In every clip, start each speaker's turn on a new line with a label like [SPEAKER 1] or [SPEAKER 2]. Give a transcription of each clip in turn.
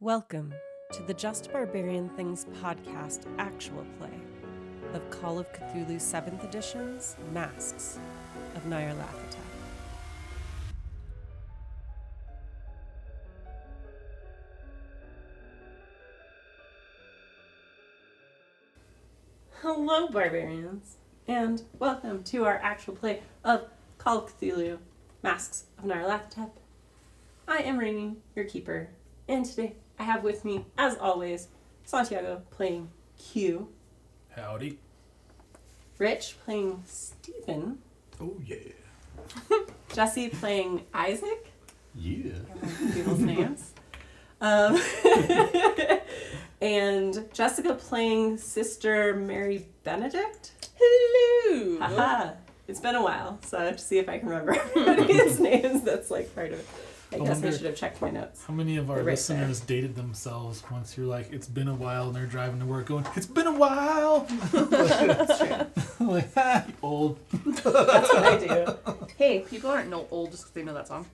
[SPEAKER 1] Welcome to the Just Barbarian Things podcast actual play of Call of Cthulhu 7th Edition's Masks of Nyarlathotep. Hello, barbarians, and welcome to our actual play of Call of Cthulhu Masks of Nyarlathotep. I am Rainy, your keeper, and today I have with me, as always, Santiago playing Q,
[SPEAKER 2] Howdy.
[SPEAKER 1] Rich playing Stephen,
[SPEAKER 2] Oh yeah.
[SPEAKER 1] Jesse playing Isaac,
[SPEAKER 2] Yeah.
[SPEAKER 1] people's names, um, and Jessica playing Sister Mary Benedict.
[SPEAKER 3] Hello.
[SPEAKER 1] Haha. It's been a while, so I have to see if I can remember everybody's names. That's like part of it. I
[SPEAKER 2] I
[SPEAKER 1] guess I
[SPEAKER 2] wonder-
[SPEAKER 1] should have checked my notes.
[SPEAKER 2] How many of our
[SPEAKER 1] Right there.
[SPEAKER 2] listeners dated themselves once you're like, it's been a while, and they're driving to work going, it's been a while.
[SPEAKER 1] That's true.
[SPEAKER 2] like, ha, you old.
[SPEAKER 1] That's what I do.
[SPEAKER 3] Hey, people aren't no old just because they know that song.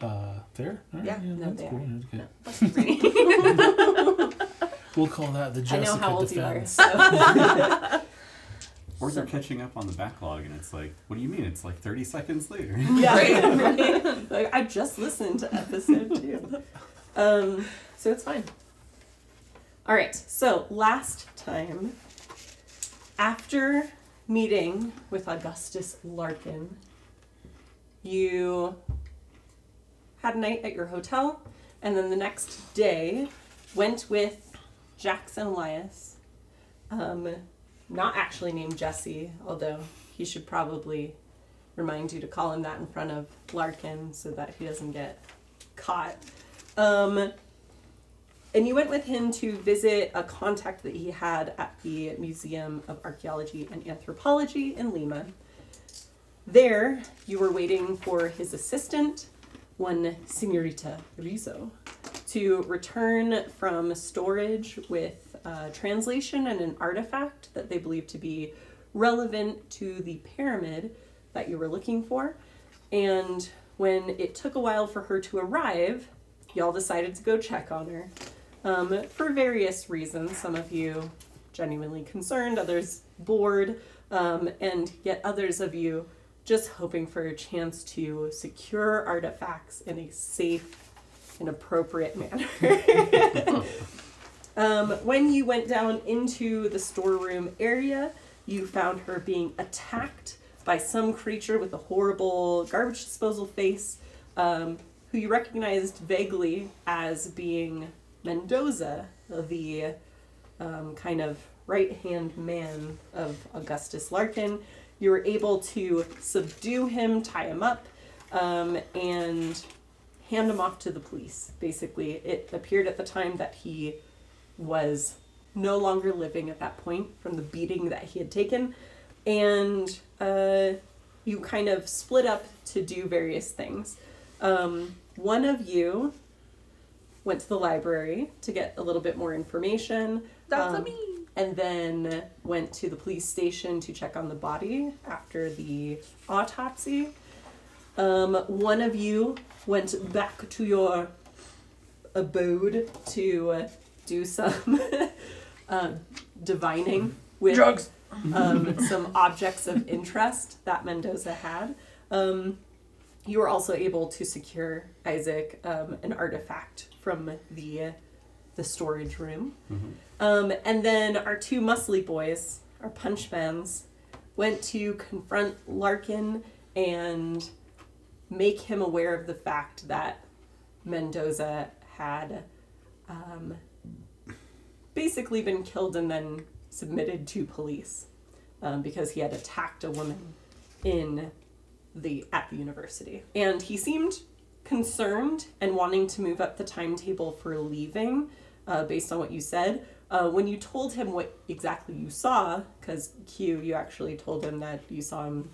[SPEAKER 2] Uh, there? All right,
[SPEAKER 3] Yeah,
[SPEAKER 1] no,
[SPEAKER 2] that's
[SPEAKER 1] they
[SPEAKER 2] cool.
[SPEAKER 1] are.
[SPEAKER 2] yeah, okay.
[SPEAKER 3] That's great.
[SPEAKER 2] We'll call that the
[SPEAKER 1] I
[SPEAKER 2] Jessica
[SPEAKER 1] know how old you are.
[SPEAKER 2] defense.
[SPEAKER 1] So.
[SPEAKER 4] Or they're catching up on the backlog, and it's like, what do you mean? It's like 30 seconds later.
[SPEAKER 1] Yeah, right. Like, I just listened to episode two. Um, so it's fine. All right. So last time, after meeting with Augustus Larkin, you had a night at your hotel, and then the next day went with Jackson Elias. Um, not actually named Jesse, although he should probably remind you to call him that in front of Larkin so that he doesn't get caught. Um, and you went with him to visit a contact that he had at the Museum of Archaeology and Anthropology in Lima. There, you were waiting for his assistant, one Senorita Rizzo, to return from storage with a translation and an artifact that they believe to be relevant to the pyramid that you were looking for. And when it took a while for her to arrive, y'all decided to go check on her um, for various reasons. Some of you genuinely concerned, others bored, um, and yet others of you just hoping for a chance to secure artifacts in a safe and appropriate manner. um, when you went down into the storeroom area, you found her being attacked by some creature with a horrible garbage disposal face, um, who you recognized vaguely as being Mendoza, the um, kind of right hand man of Augustus Larkin. You were able to subdue him, tie him up, um, and hand him off to the police. Basically, it appeared at the time that he was no longer living at that point from the beating that he had taken. And uh, you kind of split up to do various things. Um, one of you went to the library to get a little bit more information.
[SPEAKER 3] That's
[SPEAKER 1] um,
[SPEAKER 3] me.
[SPEAKER 1] and then went to the police station to check on the body after the autopsy. Um, one of you went back to your abode to uh, do some uh, divining with
[SPEAKER 3] Drugs.
[SPEAKER 1] um, some objects of interest that Mendoza had. Um, you were also able to secure Isaac um, an artifact from the the storage room, um, and then our two muscly boys, our punchmans, went to confront Larkin and make him aware of the fact that Mendoza had um, basically been killed and then submitted to police um, because he had attacked a woman in the at the university and he seemed concerned and wanting to move up the timetable for leaving uh, based on what you said uh, when you told him what exactly you saw because q you actually told him that you saw him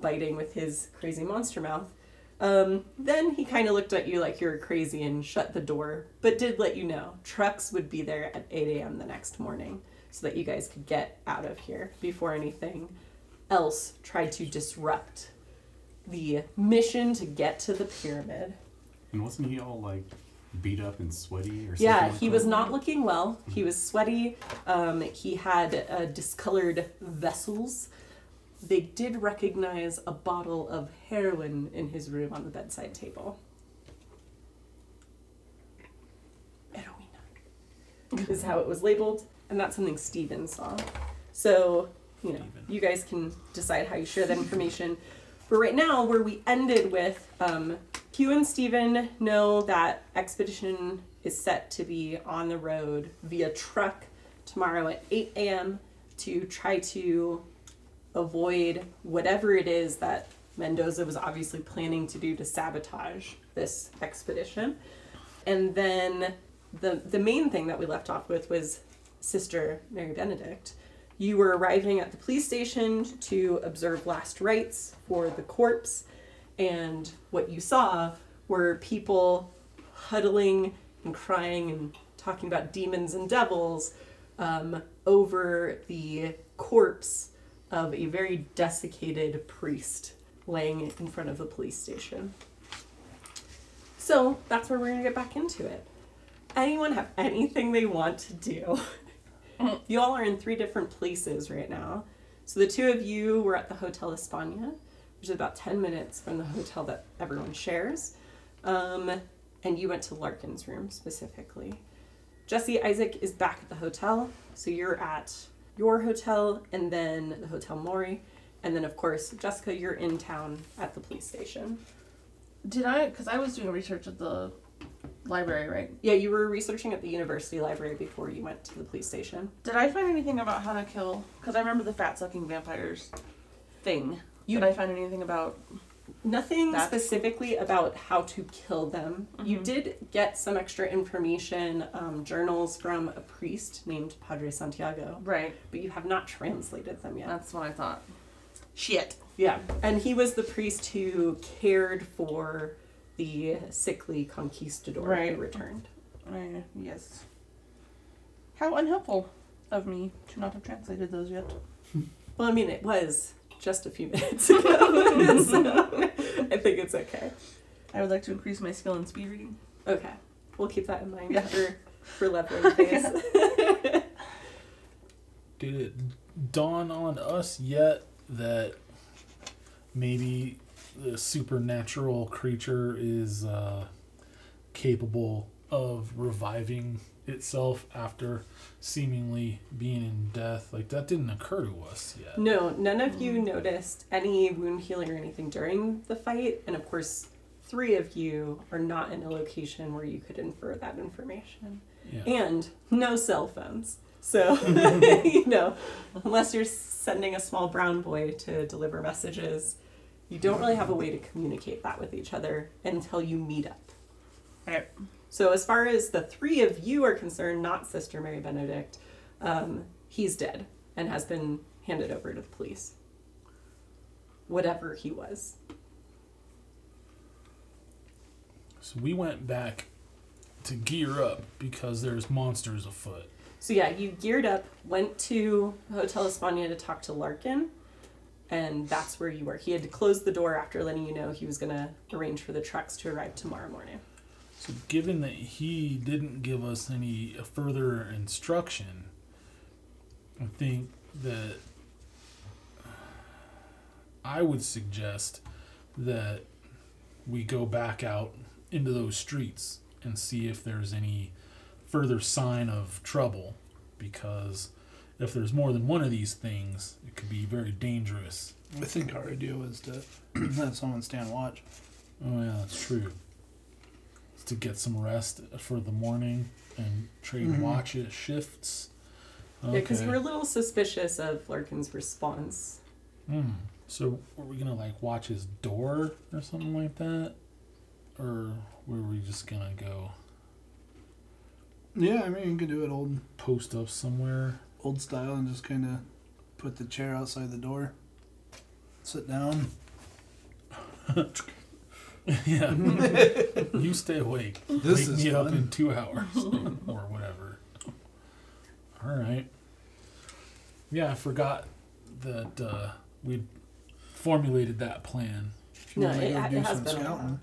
[SPEAKER 1] biting with his crazy monster mouth um, then he kind of looked at you like you were crazy and shut the door, but did let you know trucks would be there at 8 a.m. the next morning so that you guys could get out of here before anything else tried to disrupt the mission to get to the pyramid.
[SPEAKER 4] And wasn't he all like, beat up and sweaty or something.
[SPEAKER 1] Yeah,
[SPEAKER 4] like
[SPEAKER 1] he
[SPEAKER 4] that?
[SPEAKER 1] was not looking well. He was sweaty. Um, he had uh, discolored vessels. They did recognize a bottle of heroin in his room on the bedside table. Heroin is how it was labeled, and that's something Steven saw. So, you know,
[SPEAKER 2] Steven.
[SPEAKER 1] you guys can decide how you share that information. But right now, where we ended with um, Q and Steven know that Expedition is set to be on the road via truck tomorrow at 8 a.m. to try to avoid whatever it is that Mendoza was obviously planning to do to sabotage this expedition. And then the the main thing that we left off with was Sister Mary Benedict. You were arriving at the police station to observe last rites for the corpse, and what you saw were people huddling and crying and talking about demons and devils um, over the corpse of a very desiccated priest laying in front of the police station. So that's where we're gonna get back into it. Anyone have anything they want to do? you all are in three different places right now. So the two of you were at the Hotel España, which is about 10 minutes from the hotel that everyone shares. Um, and you went to Larkin's room specifically. Jesse Isaac is back at the hotel. So you're at your hotel and then the Hotel Mori. And then, of course, Jessica, you're in town at the police station.
[SPEAKER 3] Did I? Because I was doing research at the library, right?
[SPEAKER 1] Yeah, you were researching at the university library before you went to the police station.
[SPEAKER 3] Did I find anything about how to kill? Because I remember the fat sucking vampires thing.
[SPEAKER 1] You-
[SPEAKER 3] Did I find anything about?
[SPEAKER 1] Nothing
[SPEAKER 3] That's-
[SPEAKER 1] specifically about how to kill them. You did get some extra information, um, journals from a priest named Padre Santiago,
[SPEAKER 3] Right.
[SPEAKER 1] but you have not translated them yet.
[SPEAKER 3] That's what I thought. Shit.
[SPEAKER 1] Yeah, and he was the priest who cared for the sickly conquistador
[SPEAKER 3] Right.
[SPEAKER 1] who returned.
[SPEAKER 3] I, yes. How unhelpful of me to not have translated those yet.
[SPEAKER 1] Well, I mean, it was just a few minutes ago, so I think it's okay.
[SPEAKER 3] I would like to increase my skill in speed reading.
[SPEAKER 1] Okay, we'll keep that in mind
[SPEAKER 3] Yeah.
[SPEAKER 1] for for leveling phase.
[SPEAKER 2] Did it dawn on us yet that maybe the supernatural creature is uh, capable of reviving itself after seemingly being in death? Like, that didn't occur to us yet.
[SPEAKER 1] No, none of you noticed any wound healing or anything during the fight, and of course, three of you are not in a location where you could infer that information.
[SPEAKER 2] Yeah.
[SPEAKER 1] And no cell phones. So, you know, unless you're sending a small brown boy to deliver messages, you don't really have a way to communicate that with each other until you meet up.
[SPEAKER 3] Alright.
[SPEAKER 1] So, as far as the three of you are concerned, not Sister Mary Benedict, um, he's dead and has been handed over to the police. Whatever he was.
[SPEAKER 2] So we went back to gear up because there's monsters afoot.
[SPEAKER 1] So, yeah, you geared up, went to Hotel España to talk to Larkin, and that's where you were. He had to close the door after letting you know he was going to arrange for the trucks to arrive tomorrow morning.
[SPEAKER 2] So, given that he didn't give us any further instruction, I think that I would suggest that we go back out into those streets and see if there's any further sign of trouble because if there's more than one of these things, it could be very dangerous.
[SPEAKER 5] I think our idea was to let someone stand watch.
[SPEAKER 2] Oh yeah, that's true. It's to get some rest for the morning and trade
[SPEAKER 5] Mhm.
[SPEAKER 2] watch it shifts. Okay.
[SPEAKER 1] Yeah, because you were a little suspicious of Larkin's response.
[SPEAKER 2] Hmm. So were we gonna like watch his door or something like that, or were we just gonna go
[SPEAKER 5] Yeah, I mean you could do it old
[SPEAKER 2] post up somewhere?
[SPEAKER 5] old style and just kind of put the chair outside the door, sit down.
[SPEAKER 2] yeah. you stay awake.
[SPEAKER 5] This
[SPEAKER 2] Wake
[SPEAKER 5] is
[SPEAKER 2] me up
[SPEAKER 5] fun.
[SPEAKER 2] in two hours or whatever. All right. Yeah, I forgot that uh, we formulated that plan.
[SPEAKER 5] If you
[SPEAKER 1] No,
[SPEAKER 5] want to
[SPEAKER 1] it-
[SPEAKER 5] go
[SPEAKER 1] it
[SPEAKER 5] do
[SPEAKER 1] has
[SPEAKER 5] some
[SPEAKER 1] been a while.
[SPEAKER 5] scouting,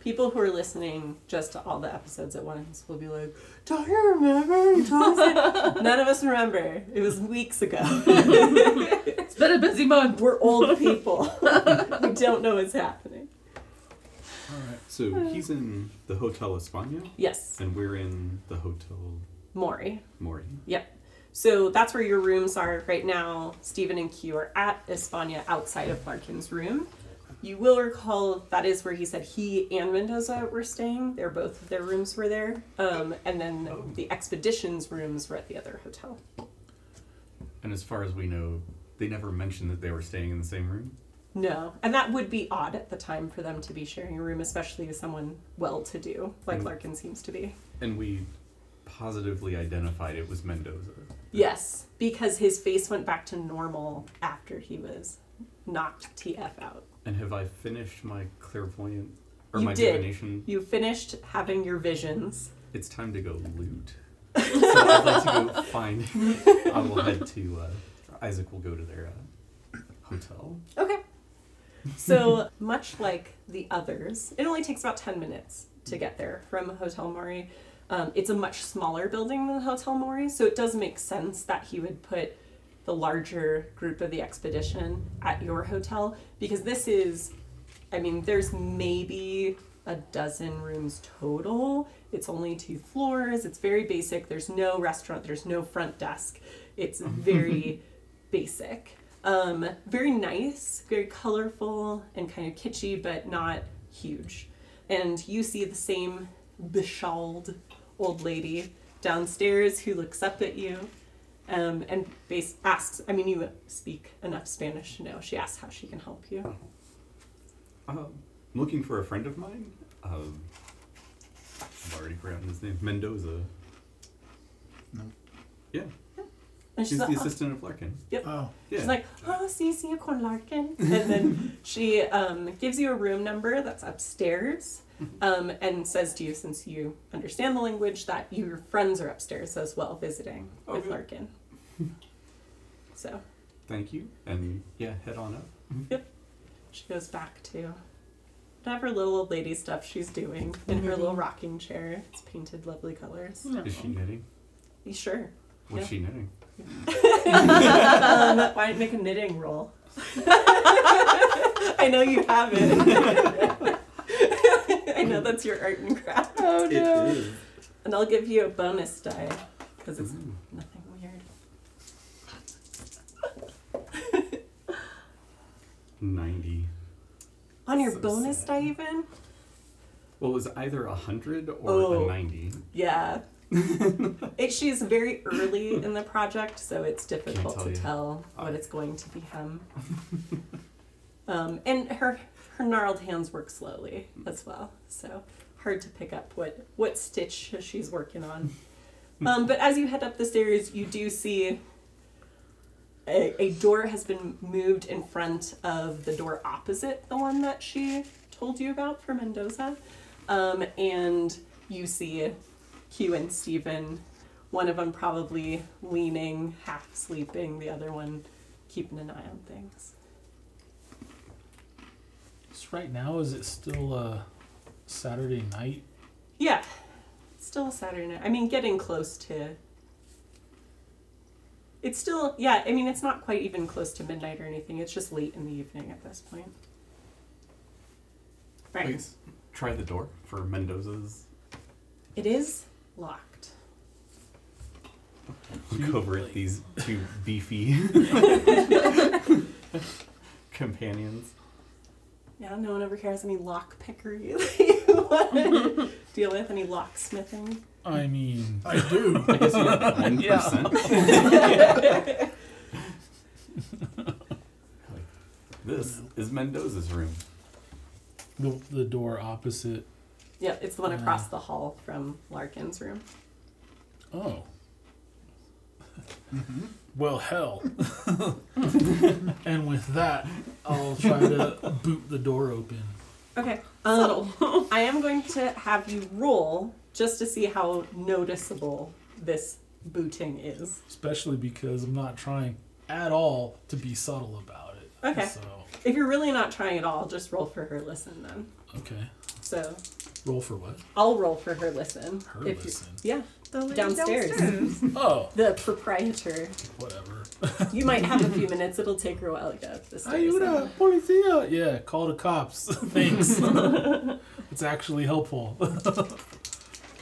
[SPEAKER 1] people who are listening just to all the episodes at once will be like, "Don't you remember?" Thomas?" None of us remember. It was weeks ago.
[SPEAKER 3] It's been a busy month.
[SPEAKER 1] We're old people. we don't know what's happening.
[SPEAKER 5] All right.
[SPEAKER 1] Hmm.
[SPEAKER 4] So he's in the Hotel España,
[SPEAKER 1] Yes,
[SPEAKER 4] and we're in the Hotel
[SPEAKER 1] Maury.
[SPEAKER 4] Mori.
[SPEAKER 1] So that's where your rooms are right now. Stephen and Q are at Espana outside of Larkin's room. You will recall that is where he said he and Mendoza were staying. They're both their rooms were there, um, and then the expeditions rooms were at the other hotel.
[SPEAKER 4] And as far as we know, they never mentioned that they were staying in the same room.
[SPEAKER 1] No, and that would be odd at the time for them to be sharing a room, especially with someone well-to-do like
[SPEAKER 4] Mm.
[SPEAKER 1] Larkin seems to be.
[SPEAKER 4] And we positively identified it was Mendoza.
[SPEAKER 1] Yes, because his face went back to normal after he was knocked TF out.
[SPEAKER 4] And have I finished my clairvoyant or
[SPEAKER 1] You
[SPEAKER 4] my
[SPEAKER 1] did.
[SPEAKER 4] divination?
[SPEAKER 1] You finished having your visions.
[SPEAKER 4] It's time to go loot. so I'd like to go find. I will head to. Uh, Isaac will go to their uh, hotel.
[SPEAKER 1] Okay. So much like the others, it only takes about ten minutes to get there from Hotel Mori. Um, it's a much smaller building than Hotel Mori, so it does make sense that he would put the larger group of the expedition at your hotel because this is, I mean, there's maybe a dozen rooms total. It's only two floors. It's very basic. There's no restaurant. There's no front desk. It's very basic. Um, very nice, very colorful, and kind of kitschy, but not huge. And you see the same beshawled old lady downstairs who looks up at you um, and bas- asks, I mean, you speak enough Spanish to know. She asks how she can help you.
[SPEAKER 4] Um, looking for a friend of mine. Um, I've already forgotten his name. Mendoza.
[SPEAKER 5] No.
[SPEAKER 4] Yeah,
[SPEAKER 1] And
[SPEAKER 4] she's
[SPEAKER 1] she's,
[SPEAKER 4] the
[SPEAKER 1] like, "Oh."
[SPEAKER 4] assistant of Larkin.
[SPEAKER 5] Oh,
[SPEAKER 4] Yeah.
[SPEAKER 1] she's like, oh, see, see you con Larkin. And then she um, gives you a room number that's upstairs um, and says to you, since you understand the language, that your friends are upstairs as well visiting with
[SPEAKER 4] Okay.
[SPEAKER 1] Larkin. So
[SPEAKER 4] Thank you. And yeah, head on up.
[SPEAKER 1] she goes back to whatever little old lady stuff she's doing in her little rocking chair. It's painted lovely colors.
[SPEAKER 3] Mm.
[SPEAKER 4] Is she knitting?
[SPEAKER 1] You sure?
[SPEAKER 4] What's
[SPEAKER 1] Yeah.
[SPEAKER 4] she knitting?
[SPEAKER 1] um, why not make a knitting roll? I know you haven't. I know that's your art and craft.
[SPEAKER 3] Oh no.
[SPEAKER 4] is.
[SPEAKER 1] And I'll give you a bonus die because it's
[SPEAKER 4] Ooh,
[SPEAKER 1] nothing weird.
[SPEAKER 4] Ninety.
[SPEAKER 1] On your
[SPEAKER 4] So
[SPEAKER 1] bonus
[SPEAKER 4] sad.
[SPEAKER 1] die, even?
[SPEAKER 4] Well, it was either a hundred or
[SPEAKER 1] Oh.
[SPEAKER 4] a ninety.
[SPEAKER 1] Yeah. it, she's very early in the project, so it's difficult
[SPEAKER 4] tell
[SPEAKER 1] to
[SPEAKER 4] you.
[SPEAKER 1] tell what
[SPEAKER 4] Alright.
[SPEAKER 1] it's going to become. um, and her her gnarled hands work slowly as well, so hard to pick up what what stitch she's working on. Um, but as you head up the stairs, you do see a, a door has been moved in front of the door opposite the one that she told you about for Mendoza. Um, and you see Q and Steven, one of them probably leaning, half sleeping, the other one keeping an eye on things.
[SPEAKER 2] So right now, is it still uh, Saturday night?
[SPEAKER 1] Yeah, still Saturday night. I mean, getting close to. It's still, yeah, I mean, it's not quite even close to midnight or anything. It's just late in the evening at this point.
[SPEAKER 4] I
[SPEAKER 1] Right.
[SPEAKER 4] guess try the door for Mendoza's.
[SPEAKER 1] It is locked.
[SPEAKER 4] Look over at these two beefy companions.
[SPEAKER 1] Now no one ever cares any lock pickery that you want to deal with, any locksmithing.
[SPEAKER 2] I mean,
[SPEAKER 5] Oh, I do.
[SPEAKER 4] I guess you have one
[SPEAKER 2] Yeah.
[SPEAKER 4] like, this is Mendoza's room.
[SPEAKER 2] the, the door opposite.
[SPEAKER 1] Yeah, it's the one across the hall from Larkin's room.
[SPEAKER 2] Oh.
[SPEAKER 5] Mm-hmm.
[SPEAKER 2] Well, hell. and with that, I'll try to boot the door open.
[SPEAKER 1] Okay. Um, I am going to have you roll just to see how noticeable this booting is.
[SPEAKER 2] Especially because I'm not trying at all to be subtle about it.
[SPEAKER 1] Okay.
[SPEAKER 2] So,
[SPEAKER 1] If you're really not trying at all, just roll for her listen then.
[SPEAKER 2] okay.
[SPEAKER 1] So
[SPEAKER 2] Roll for what?
[SPEAKER 1] I'll roll for her listen.
[SPEAKER 2] Her
[SPEAKER 1] If you-
[SPEAKER 2] listen.
[SPEAKER 1] yeah,
[SPEAKER 6] The lady
[SPEAKER 1] Downstairs.
[SPEAKER 2] Oh,
[SPEAKER 1] the proprietor.
[SPEAKER 2] whatever.
[SPEAKER 1] You might have a few minutes. It'll take her a while to get up the stairs.
[SPEAKER 2] Ayuda, policia. Yeah, call the cops. Thanks. it's actually helpful.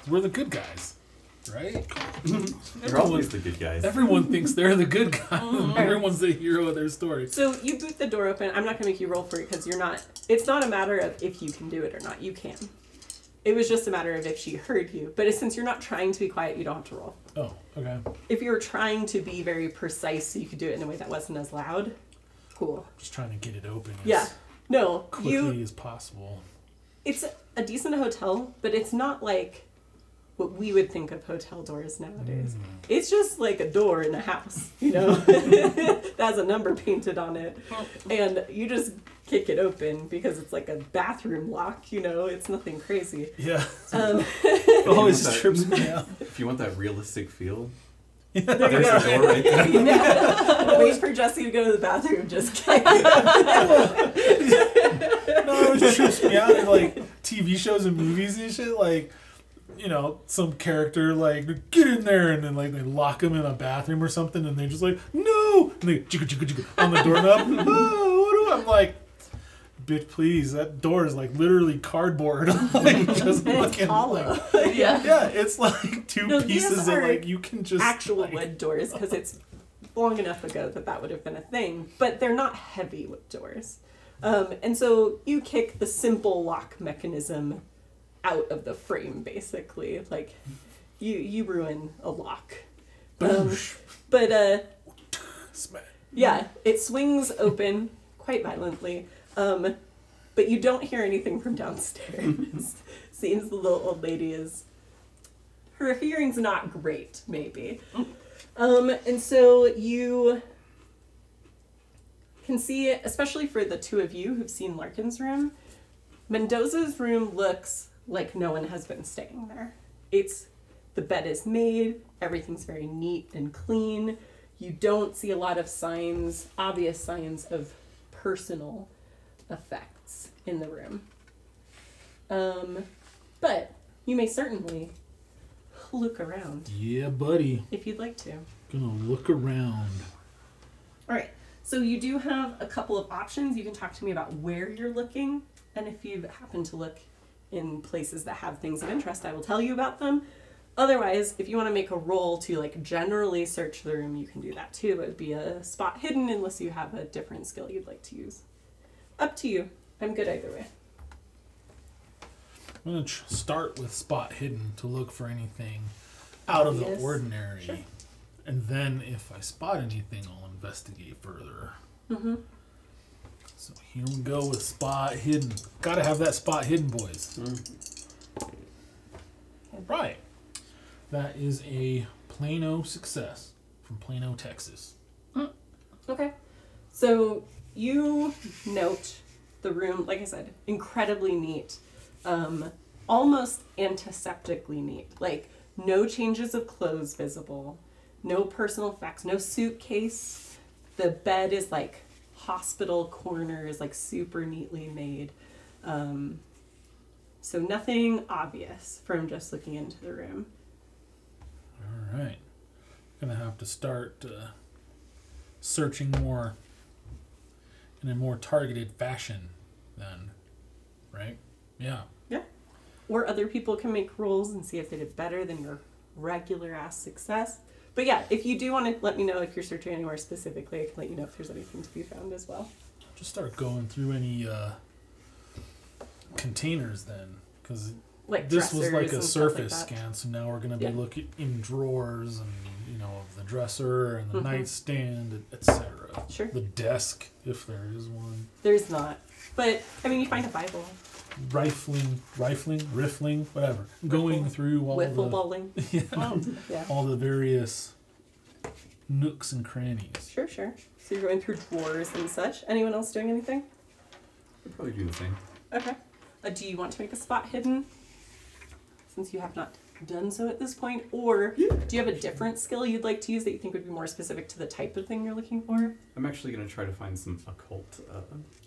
[SPEAKER 2] We're the good guys, right?
[SPEAKER 4] They're always the good guys.
[SPEAKER 2] Everyone thinks they're the good
[SPEAKER 1] Oh,
[SPEAKER 2] guy. Everyone's the hero of their story.
[SPEAKER 1] So you boot the door open. I'm not gonna make you roll for it because you're not. It's not a matter of if you can do it or not. You can. It was just a matter of if she heard you. But since you're not trying to be quiet, you don't have to roll.
[SPEAKER 2] Oh, okay.
[SPEAKER 1] If you were trying to be very precise, so you could do it in a way that wasn't as loud. Cool.
[SPEAKER 2] Just trying to get it open as
[SPEAKER 1] Yeah. No,
[SPEAKER 2] quickly
[SPEAKER 1] you.
[SPEAKER 2] as possible.
[SPEAKER 1] It's a decent hotel, but it's not like what we would think of hotel doors nowadays. It's just like a door in a house, you know, that has a number painted on it. And you just kick it open because it's like a bathroom lock, you know, it's nothing crazy.
[SPEAKER 2] Yeah.
[SPEAKER 1] Um,
[SPEAKER 4] If you want
[SPEAKER 2] always
[SPEAKER 4] that-
[SPEAKER 2] trips me out.
[SPEAKER 4] If you want that realistic feel,
[SPEAKER 1] there you
[SPEAKER 4] there's
[SPEAKER 1] go.
[SPEAKER 4] the door right there.
[SPEAKER 1] Yeah. Wait for Jesse to go to the bathroom, just kidding.
[SPEAKER 2] No, it always trips me out in like TV shows and movies and shit. Like, you know, some character like get in there and then like they lock him in a bathroom or something, and they're just like no, and they jiggle jiggle jiggle on the doorknob. oh, what do I? I'm like, bitch, please. That door is like literally cardboard. like just
[SPEAKER 1] And it's
[SPEAKER 2] fucking,
[SPEAKER 1] hollow.
[SPEAKER 2] like-
[SPEAKER 3] yeah.
[SPEAKER 2] yeah, it's like two
[SPEAKER 1] No, these
[SPEAKER 2] pieces that
[SPEAKER 1] are
[SPEAKER 2] like you can just
[SPEAKER 1] actual
[SPEAKER 2] like,
[SPEAKER 1] wood doors because it's long enough ago that that would have been a thing, but they're not heavy wood doors. Um, and so you kick the simple lock mechanism out of the frame, basically. Like you you ruin a lock, um, but uh,
[SPEAKER 2] smash.
[SPEAKER 1] yeah, it swings open quite violently. Um, but you don't hear anything from downstairs. Seems the little old lady is. Her hearing's not great, maybe. Um, and so you can see, especially for the two of you who've seen Larkin's room, Mendoza's room looks like no one has been staying there. It's the bed is made, everything's very neat and clean. You don't see a lot of signs, obvious signs of personal effects in the room. Um, but you may certainly look around
[SPEAKER 2] Yeah, buddy.
[SPEAKER 1] if you'd like to.
[SPEAKER 2] Gonna look around.
[SPEAKER 1] All right. So you do have a couple of options. You can talk to me about where you're looking, and if you happen to look in places that have things of interest, I will tell you about them. Otherwise, if you want to make a roll to like generally search the room, you can do that too. It would be a spot hidden unless you have a different skill you'd like to use. Up to you. I'm good either way.
[SPEAKER 2] I'm gonna tr- start with spot hidden to look for anything out of
[SPEAKER 1] Obvious.
[SPEAKER 2] the ordinary,
[SPEAKER 1] Sure.
[SPEAKER 2] and then if I spot anything, I'll investigate further. So here we go with spot hidden. Gotta have that spot hidden, boys. All right, that is a Plano success from Plano, Texas.
[SPEAKER 1] Okay. So you note the room, like I said, incredibly neat, um, almost antiseptically neat. Like no changes of clothes visible, no personal effects, no suitcase. The bed is like hospital corners, like super neatly made. Um, so nothing obvious from just looking into the room.
[SPEAKER 2] All right, gonna have to start uh, searching more in a more targeted fashion, then, right? Yeah.
[SPEAKER 1] or other people can make rolls and see if they did better than your regular ass success. But yeah, if you do want to let me know if you're searching anywhere specifically, I can let you know if there's anything to be found as well.
[SPEAKER 2] Just start going through any uh, containers then, because
[SPEAKER 1] Like
[SPEAKER 2] this was like
[SPEAKER 1] dressers
[SPEAKER 2] a
[SPEAKER 1] and stuff like
[SPEAKER 2] surface
[SPEAKER 1] that.
[SPEAKER 2] scan, so now we're gonna be
[SPEAKER 1] Yeah.
[SPEAKER 2] looking in drawers and you know of the dresser and the
[SPEAKER 1] Mhm.
[SPEAKER 2] nightstand, etc.
[SPEAKER 1] Sure.
[SPEAKER 2] The desk, if there is one.
[SPEAKER 1] There's not, but I mean, you find a Bible,
[SPEAKER 2] Rifling, rifling, riffling, whatever. Going through all
[SPEAKER 1] wiffle
[SPEAKER 2] the
[SPEAKER 1] balling.
[SPEAKER 2] yeah,
[SPEAKER 1] Yeah,
[SPEAKER 2] all the various nooks and crannies.
[SPEAKER 1] sure, sure. So you're going through drawers and such. Anyone else doing anything?
[SPEAKER 4] They're probably doing the same.
[SPEAKER 1] Okay. Uh, do you want to make a spot hidden? Since you have not done so at this point, or do you have a different skill you'd like to use that you think would be more specific to the type of thing you're looking for?
[SPEAKER 4] I'm actually going to try to find some occult, uh,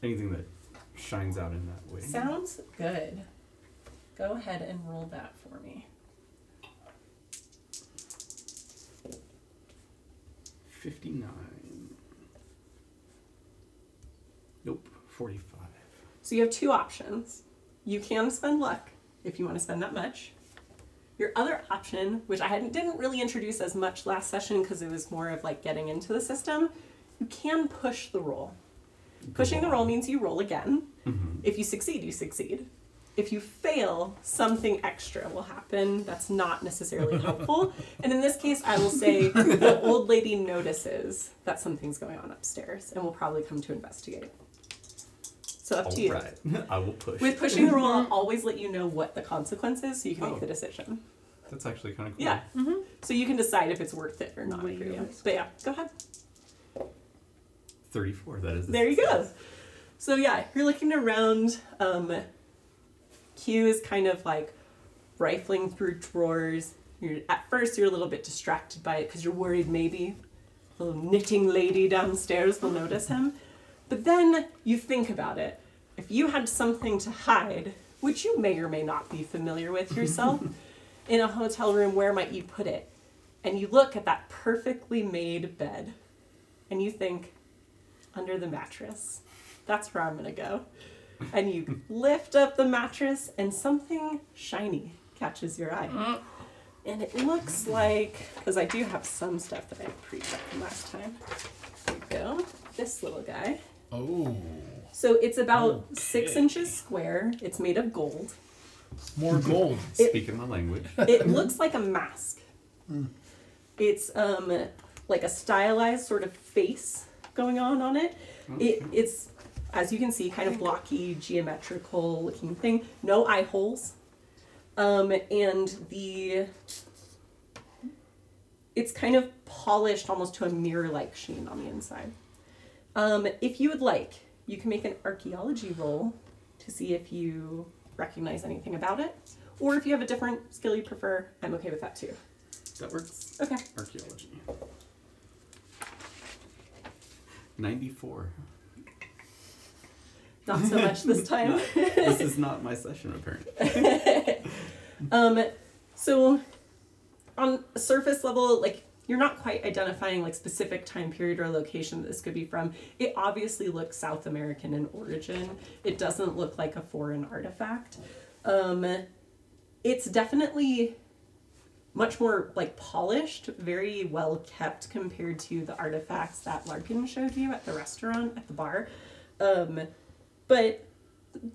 [SPEAKER 4] anything that shines out in that way.
[SPEAKER 1] Sounds good.
[SPEAKER 3] Go ahead and roll that for me.
[SPEAKER 4] 59. Nope, 45.
[SPEAKER 1] So you have two options. You can spend luck if you want to spend that much. Your other option, which I hadn't, didn't really introduce as much last session because it was more of like getting into the system, you can push the roll. Pushing the roll means you roll again.
[SPEAKER 4] Mhm.
[SPEAKER 1] If you succeed, you succeed. If you fail, something extra will happen that's not necessarily helpful. and in this case, I will say the old lady notices that something's going on upstairs and will probably come to investigate. So up to you.
[SPEAKER 4] Alright, I will push.
[SPEAKER 1] With pushing the roll, I'll always let you know what the consequence is so you can
[SPEAKER 4] Oh.
[SPEAKER 1] make the decision.
[SPEAKER 4] That's actually kind of cool.
[SPEAKER 1] Yeah. So you can decide if it's worth it or not for
[SPEAKER 3] Weigh your
[SPEAKER 1] you.
[SPEAKER 3] risk.
[SPEAKER 1] But yeah, go ahead.
[SPEAKER 4] 34, that is.
[SPEAKER 1] There you go. So yeah, you're looking around. Um, Q is kind of like rifling through drawers. You're, at first, you're a little bit distracted by it because you're worried maybe the little knitting lady downstairs will notice him. But then you think about it. If you had something to hide, which you may or may not be familiar with yourself, in a hotel room, where might you put it? And you look at that perfectly made bed and you think, under the mattress. That's where I'm gonna go. And you lift up the mattress, and something shiny catches your eye. And it looks like, because I do have some stuff that I pre checked from last time. Here we go. This little guy.
[SPEAKER 2] Oh,
[SPEAKER 1] So it's about six
[SPEAKER 2] Okay.
[SPEAKER 1] inches square. It's made of gold.
[SPEAKER 2] more gold.
[SPEAKER 4] Speaking my language.
[SPEAKER 1] It looks like a mask. It's um like a stylized sort of face going on on it. It it's as you can see kind of blocky geometrical looking thing. No eye holes. Um and the it's kind of polished almost to a mirror-like sheen on the inside. Um, if you would like, you can make an archaeology roll to see if you recognize anything about it, or if you have a different skill you prefer, I'm okay with that too.
[SPEAKER 4] That works.
[SPEAKER 1] Okay.
[SPEAKER 4] Archaeology. 94.
[SPEAKER 1] Not so much this time.
[SPEAKER 4] this is not my session, apparently.
[SPEAKER 1] Um, so on a surface level, like you're not quite identifying like specific time period or location that this could be from. It obviously looks South American in origin. It doesn't look like a foreign artifact. Um, it's definitely much more like polished, very well kept compared to the artifacts that Larkin showed you at the restaurant at the bar. Um, but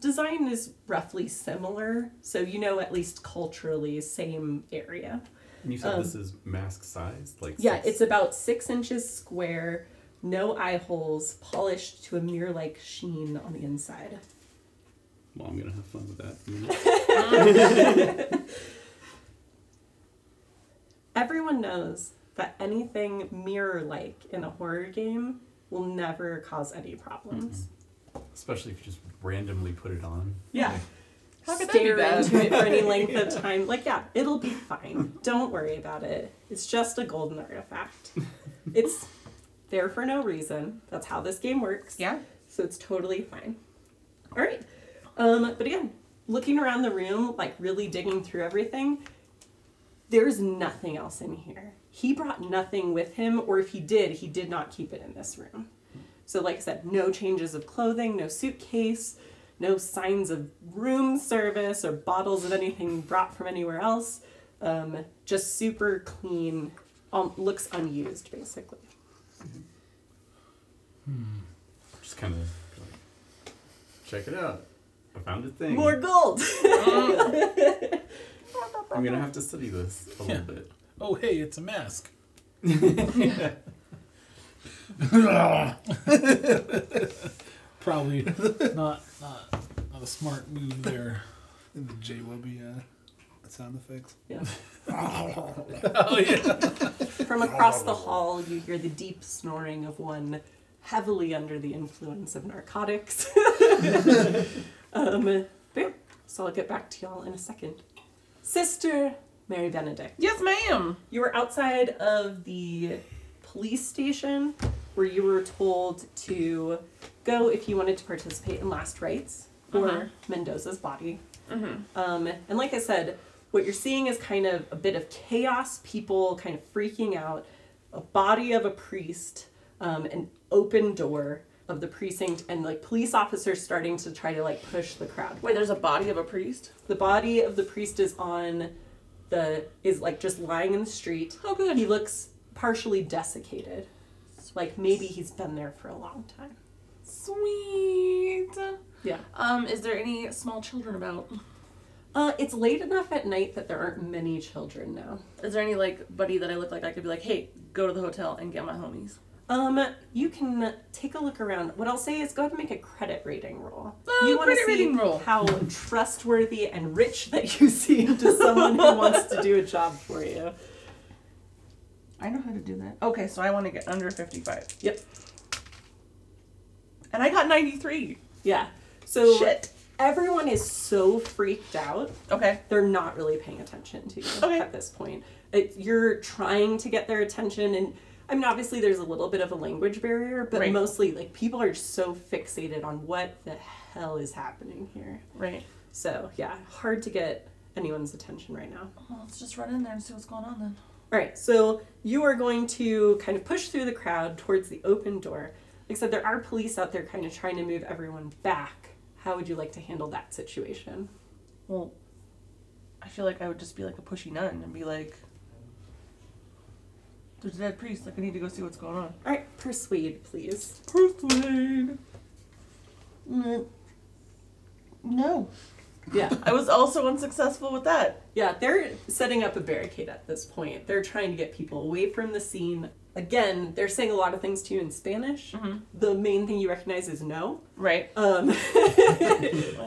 [SPEAKER 1] design is roughly similar, so you know at least culturally same area.
[SPEAKER 4] And you said
[SPEAKER 1] Um,
[SPEAKER 4] this is mask sized? Like
[SPEAKER 1] Yeah,
[SPEAKER 4] six-
[SPEAKER 1] it's about six inches square, no eye holes, polished to a mirror-like sheen on the inside.
[SPEAKER 4] Well, I'm going to have fun with that. in a minute.
[SPEAKER 1] Everyone knows that anything mirror-like in a horror game will never cause any problems.
[SPEAKER 4] Especially if you just randomly put it on.
[SPEAKER 1] Yeah.
[SPEAKER 3] How could that be
[SPEAKER 1] Stare
[SPEAKER 3] bad?
[SPEAKER 1] into it for any length of time. Like, yeah, it'll be fine. Don't worry about it. It's just a golden artifact. It's there for no reason. That's how this game works.
[SPEAKER 3] Yeah.
[SPEAKER 1] So it's totally fine. All right. Um, but again, looking around the room, like really digging through everything, there's nothing else in here. He brought nothing with him, or if he did, he did not keep it in this room. So, like I said, no changes of clothing, no suitcase, no signs of room service or bottles of anything brought from anywhere else. Um, just super clean, um, looks unused basically.
[SPEAKER 4] Just kind of like, check it out. I found a thing.
[SPEAKER 1] More gold!
[SPEAKER 4] I'm going to have to study this a
[SPEAKER 2] Yeah.
[SPEAKER 4] little bit.
[SPEAKER 2] Oh, hey, it's a mask. Probably not, not not a smart move there.
[SPEAKER 5] And the J Wubby uh, sound effects.
[SPEAKER 1] Yeah.
[SPEAKER 2] Oh yeah.
[SPEAKER 1] From across the hall, you hear the deep snoring of one heavily under the influence of narcotics. um, but yeah, so I'll get back to y'all in a second. Sister Mary Benedict,
[SPEAKER 3] Yes, ma'am.
[SPEAKER 1] you were outside of the police station where you were told to go if you wanted to participate in last rites or
[SPEAKER 3] Uh-huh.
[SPEAKER 1] Mendoza's body.
[SPEAKER 3] Mm-hmm.
[SPEAKER 1] Um, and like I said, what you're seeing is kind of a bit of chaos, people kind of freaking out, a body of a priest, um, an open door of the precinct, and like police officers starting to try to like push the crowd.
[SPEAKER 6] Wait, there's a body of a priest?
[SPEAKER 1] The body of the priest is on the is like just lying in the street.
[SPEAKER 6] Oh, good.
[SPEAKER 1] He looks partially desiccated. Like maybe he's been there for a long time.
[SPEAKER 6] Sweet.
[SPEAKER 1] Yeah.
[SPEAKER 6] Um, is there any small children about?
[SPEAKER 1] Uh, it's late enough at night that there aren't many children now.
[SPEAKER 6] Is there any like buddy that I look like I could be like, hey, go to the hotel and get my homies?
[SPEAKER 1] Um, you can take a look around. What I'll say is go ahead and make a credit rating roll.
[SPEAKER 6] Oh,
[SPEAKER 1] you wanna
[SPEAKER 6] credit rating roll.
[SPEAKER 1] how trustworthy and rich that you seem to someone who wants to do a job for you.
[SPEAKER 3] I know how to do that. Okay, so I want to get under 55.
[SPEAKER 1] Yep.
[SPEAKER 3] And I got 93.
[SPEAKER 1] Yeah. So
[SPEAKER 3] Shit.
[SPEAKER 1] everyone is so freaked out.
[SPEAKER 3] Okay.
[SPEAKER 1] they're not really paying attention to you
[SPEAKER 3] Okay.
[SPEAKER 1] at this point. It, you're trying to get their attention, and I mean, obviously, there's a little bit of a language barrier, but
[SPEAKER 3] Right.
[SPEAKER 1] mostly, like, people are just so fixated on what the hell is happening here.
[SPEAKER 3] Right.
[SPEAKER 1] So, yeah, hard to get anyone's attention right now.
[SPEAKER 6] Well, let's just run in there and see what's going on then.
[SPEAKER 1] All right, so you are going to kind of push through the crowd towards the open door. Like I said, there are police out there kind of trying to move everyone back. How would you like to handle that situation?
[SPEAKER 3] Well, I feel like I would just be like a pushy nun and be like, there's a dead priest. Like, I need to go see what's going on.
[SPEAKER 1] All right, persuade, please.
[SPEAKER 3] Persuade. Mm. No.
[SPEAKER 1] Yeah.
[SPEAKER 3] I was also unsuccessful with that.
[SPEAKER 1] Yeah, they're setting up a barricade at this point. They're trying to get people away from the scene. Again, they're saying a lot of things to you in Spanish. The main thing you recognize is no.
[SPEAKER 3] Right.
[SPEAKER 1] Um,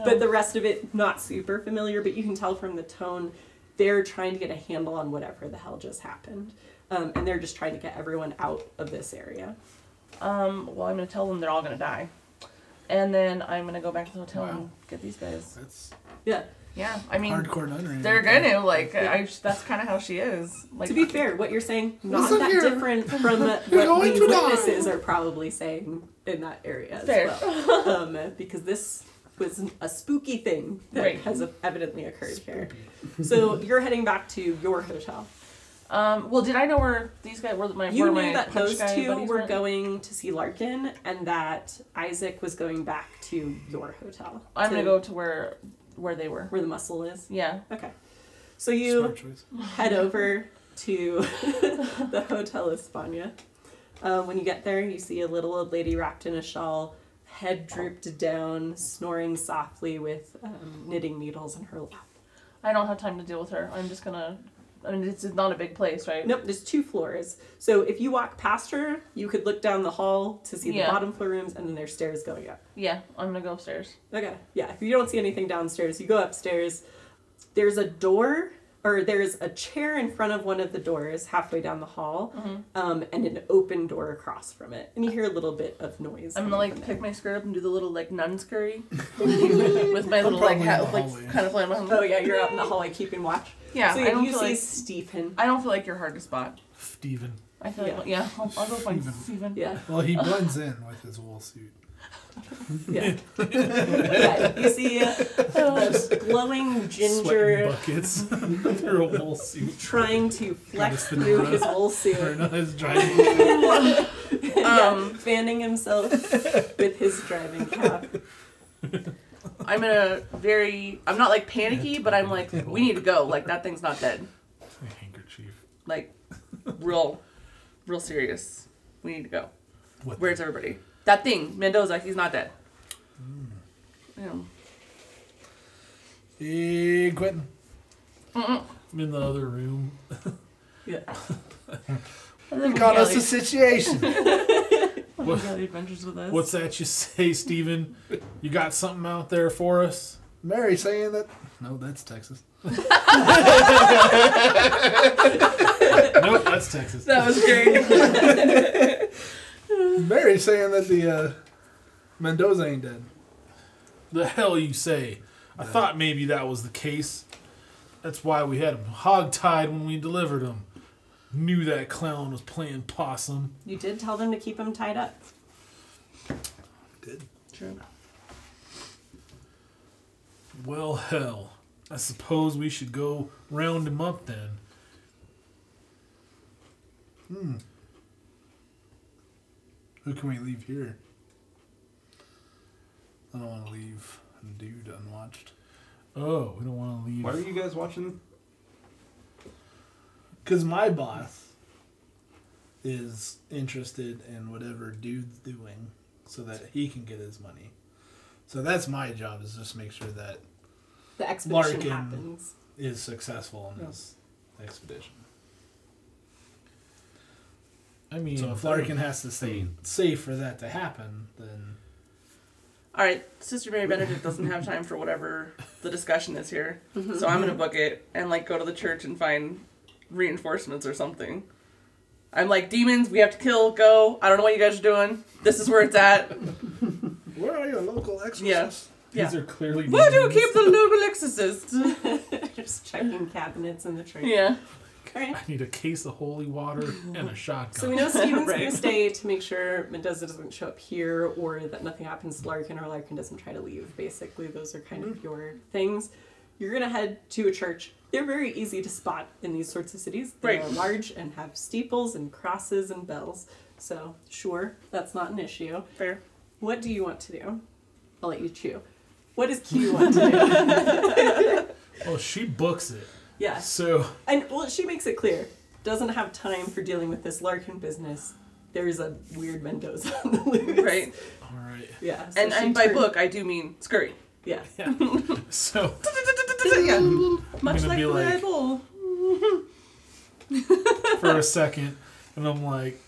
[SPEAKER 1] but the rest of it, not super familiar, but you can tell from the tone, they're trying to get a handle on whatever the hell just happened. Um, and they're just trying to get everyone out of this area.
[SPEAKER 3] Um, well, I'm gonna tell them they're all gonna die, and then I'm gonna go back to the hotel and get these guys.
[SPEAKER 5] That's
[SPEAKER 1] Yeah.
[SPEAKER 3] Yeah, I mean,
[SPEAKER 5] hardcore nunnery.
[SPEAKER 3] they're gonna like. I, that's kind of how she is. Like,
[SPEAKER 1] To be fair, what you're saying, not
[SPEAKER 5] uh, Listen
[SPEAKER 1] that
[SPEAKER 5] here.
[SPEAKER 1] different from what
[SPEAKER 5] going
[SPEAKER 1] the
[SPEAKER 5] to die.
[SPEAKER 1] witnesses are probably saying in that area as
[SPEAKER 3] Fair.
[SPEAKER 1] well. Um, because this was a spooky thing that
[SPEAKER 3] Right.
[SPEAKER 1] has evidently occurred here. So you're heading back to your hotel.
[SPEAKER 3] Um, well, did I know where these guys were? My
[SPEAKER 1] You
[SPEAKER 3] where
[SPEAKER 1] knew
[SPEAKER 3] my
[SPEAKER 1] that
[SPEAKER 3] punch
[SPEAKER 1] those
[SPEAKER 3] guy
[SPEAKER 1] two
[SPEAKER 3] buddies
[SPEAKER 1] were
[SPEAKER 3] went?
[SPEAKER 1] going to see Larkin and that Isaac was going back to your hotel.
[SPEAKER 3] I'm
[SPEAKER 1] to
[SPEAKER 3] gonna go to where where they were.
[SPEAKER 1] where the muscle is.
[SPEAKER 3] Yeah.
[SPEAKER 1] Okay. So you
[SPEAKER 5] Smart choice.
[SPEAKER 1] head over to the Hotel Espana. Uh, when you get there, you see a little old lady wrapped in a shawl, head drooped down, snoring softly with um, knitting needles in her lap.
[SPEAKER 3] I don't have time to deal with her. I'm just gonna. I mean, it's not a big place, right?
[SPEAKER 1] Nope, there's two floors. So if you walk past her, you could look down the hall to see
[SPEAKER 3] Yeah.
[SPEAKER 1] the bottom floor rooms, and then there's stairs going up.
[SPEAKER 3] Yeah, I'm gonna go upstairs.
[SPEAKER 1] Okay. Yeah. If you don't see anything downstairs, you go upstairs. There's a door, or there's a chair in front of one of the doors halfway down the hall,
[SPEAKER 3] Mm-hmm.
[SPEAKER 1] um, and an open door across from it. And you hear a little bit of noise.
[SPEAKER 3] I'm gonna
[SPEAKER 1] coming
[SPEAKER 3] like
[SPEAKER 1] from there.
[SPEAKER 3] pick my skirt up and do the little like nun scurry with my little like
[SPEAKER 5] probably in
[SPEAKER 3] hat,
[SPEAKER 5] the
[SPEAKER 3] like
[SPEAKER 5] hallway.
[SPEAKER 3] kind of flying behind.
[SPEAKER 1] Oh yeah, you're out in the hallway keeping watch.
[SPEAKER 3] Yeah,
[SPEAKER 1] So
[SPEAKER 3] I don't
[SPEAKER 1] you
[SPEAKER 3] feel
[SPEAKER 1] see
[SPEAKER 3] like-
[SPEAKER 1] Stephen.
[SPEAKER 3] I don't feel like you're hard to spot.
[SPEAKER 5] Steven.
[SPEAKER 3] I feel
[SPEAKER 1] Yeah.
[SPEAKER 3] like yeah, I'll, I'll go find Steven.
[SPEAKER 1] Yeah.
[SPEAKER 5] Well, he blends in with his wool suit.
[SPEAKER 1] Yeah. yeah. You see uh, the glowing
[SPEAKER 2] Sweating
[SPEAKER 1] ginger
[SPEAKER 2] buckets through a wool suit.
[SPEAKER 1] trying to flex
[SPEAKER 2] Goodness, the
[SPEAKER 1] through
[SPEAKER 2] Nora.
[SPEAKER 1] his wool
[SPEAKER 2] Or
[SPEAKER 1] suit,
[SPEAKER 2] not his driving.
[SPEAKER 1] um, fanning himself with his driving cap.
[SPEAKER 3] I'm in a very I'm not like panicky, but I'm like we need to go. Like that thing's not dead.
[SPEAKER 2] handkerchief.
[SPEAKER 3] Like real, real serious. We need to go.
[SPEAKER 2] What
[SPEAKER 3] Where's everybody? That thing, Mendoza. He's not dead.
[SPEAKER 5] Mm. Hey, Quentin.
[SPEAKER 2] I'm in the other room.
[SPEAKER 1] Yeah.
[SPEAKER 3] Yeah.
[SPEAKER 5] Got us a situation.
[SPEAKER 2] What-
[SPEAKER 3] the adventures with us.
[SPEAKER 2] What's that you say, Steven? You got something out there for us?
[SPEAKER 5] Mary saying that. No, that's Texas.
[SPEAKER 2] Nope, that's Texas.
[SPEAKER 3] that was great.
[SPEAKER 5] Mary saying that the uh, Mendoza ain't dead.
[SPEAKER 2] The hell you say? I thought maybe that was the case. That's why we had him hogtied when we delivered him. Knew that clown was playing possum.
[SPEAKER 1] You did tell them to keep him tied up.
[SPEAKER 5] Did.
[SPEAKER 3] True.
[SPEAKER 2] Well, hell. I suppose we should go round him up then. Hmm.
[SPEAKER 5] Who can we leave here? I don't want to leave a dude unwatched.
[SPEAKER 2] Oh, we don't want to leave.
[SPEAKER 4] Why are you guys watching?
[SPEAKER 5] Because my boss is interested in whatever dude's doing so that he can get his money. So that's my job is just make sure that
[SPEAKER 1] The expedition
[SPEAKER 5] Larkin.
[SPEAKER 1] happens.
[SPEAKER 5] is successful in this expedition.
[SPEAKER 2] I mean,
[SPEAKER 5] So if Larkin has to stay
[SPEAKER 4] Same.
[SPEAKER 5] safe for that to happen, then
[SPEAKER 3] All right, Sister Mary Benedict doesn't have time for whatever the discussion is here,
[SPEAKER 1] Mm-hmm.
[SPEAKER 3] so I'm gonna book it and like go to the church and find reinforcements or something. I'm like demons. We have to kill. Go. I don't know what you guys are doing. This is where it's at.
[SPEAKER 5] where are your local
[SPEAKER 3] exorcists?
[SPEAKER 2] these
[SPEAKER 3] yeah.
[SPEAKER 2] are clearly.
[SPEAKER 3] Why do you
[SPEAKER 2] demons.
[SPEAKER 3] keep the local exorcist?
[SPEAKER 1] Just checking cabinets in the train.
[SPEAKER 3] yeah.
[SPEAKER 1] Okay.
[SPEAKER 2] I need a case of holy water and a shotgun.
[SPEAKER 1] So we know Steven's
[SPEAKER 3] Right.
[SPEAKER 1] gonna stay to make sure Mendoza doesn't show up here or that nothing happens to Larkin or Larkin doesn't try to leave. Basically, those are kind
[SPEAKER 3] Mm.
[SPEAKER 1] of your things. You're gonna head to a church. They're very easy to spot in these sorts of cities. They are
[SPEAKER 3] Right.
[SPEAKER 1] large and have steeples and crosses and bells. So sure, that's not an issue.
[SPEAKER 3] Fair.
[SPEAKER 1] What do you want to do? I'll let you chew. What does Q want to do?
[SPEAKER 2] Oh, she books it.
[SPEAKER 1] yeah.
[SPEAKER 2] So
[SPEAKER 1] And well, she makes it clear doesn't have time for dealing with this Larkin business. There's a weird Mendoza on the loose.
[SPEAKER 3] Right.
[SPEAKER 2] all right.
[SPEAKER 1] Yeah. so
[SPEAKER 3] And
[SPEAKER 1] she
[SPEAKER 3] and by
[SPEAKER 1] turned-
[SPEAKER 3] book I do mean scurry.
[SPEAKER 1] Yeah.
[SPEAKER 2] So
[SPEAKER 3] yeah. Much
[SPEAKER 2] gonna
[SPEAKER 3] like
[SPEAKER 2] be
[SPEAKER 3] the
[SPEAKER 2] like-
[SPEAKER 3] Bible.
[SPEAKER 2] for a second, and I'm like,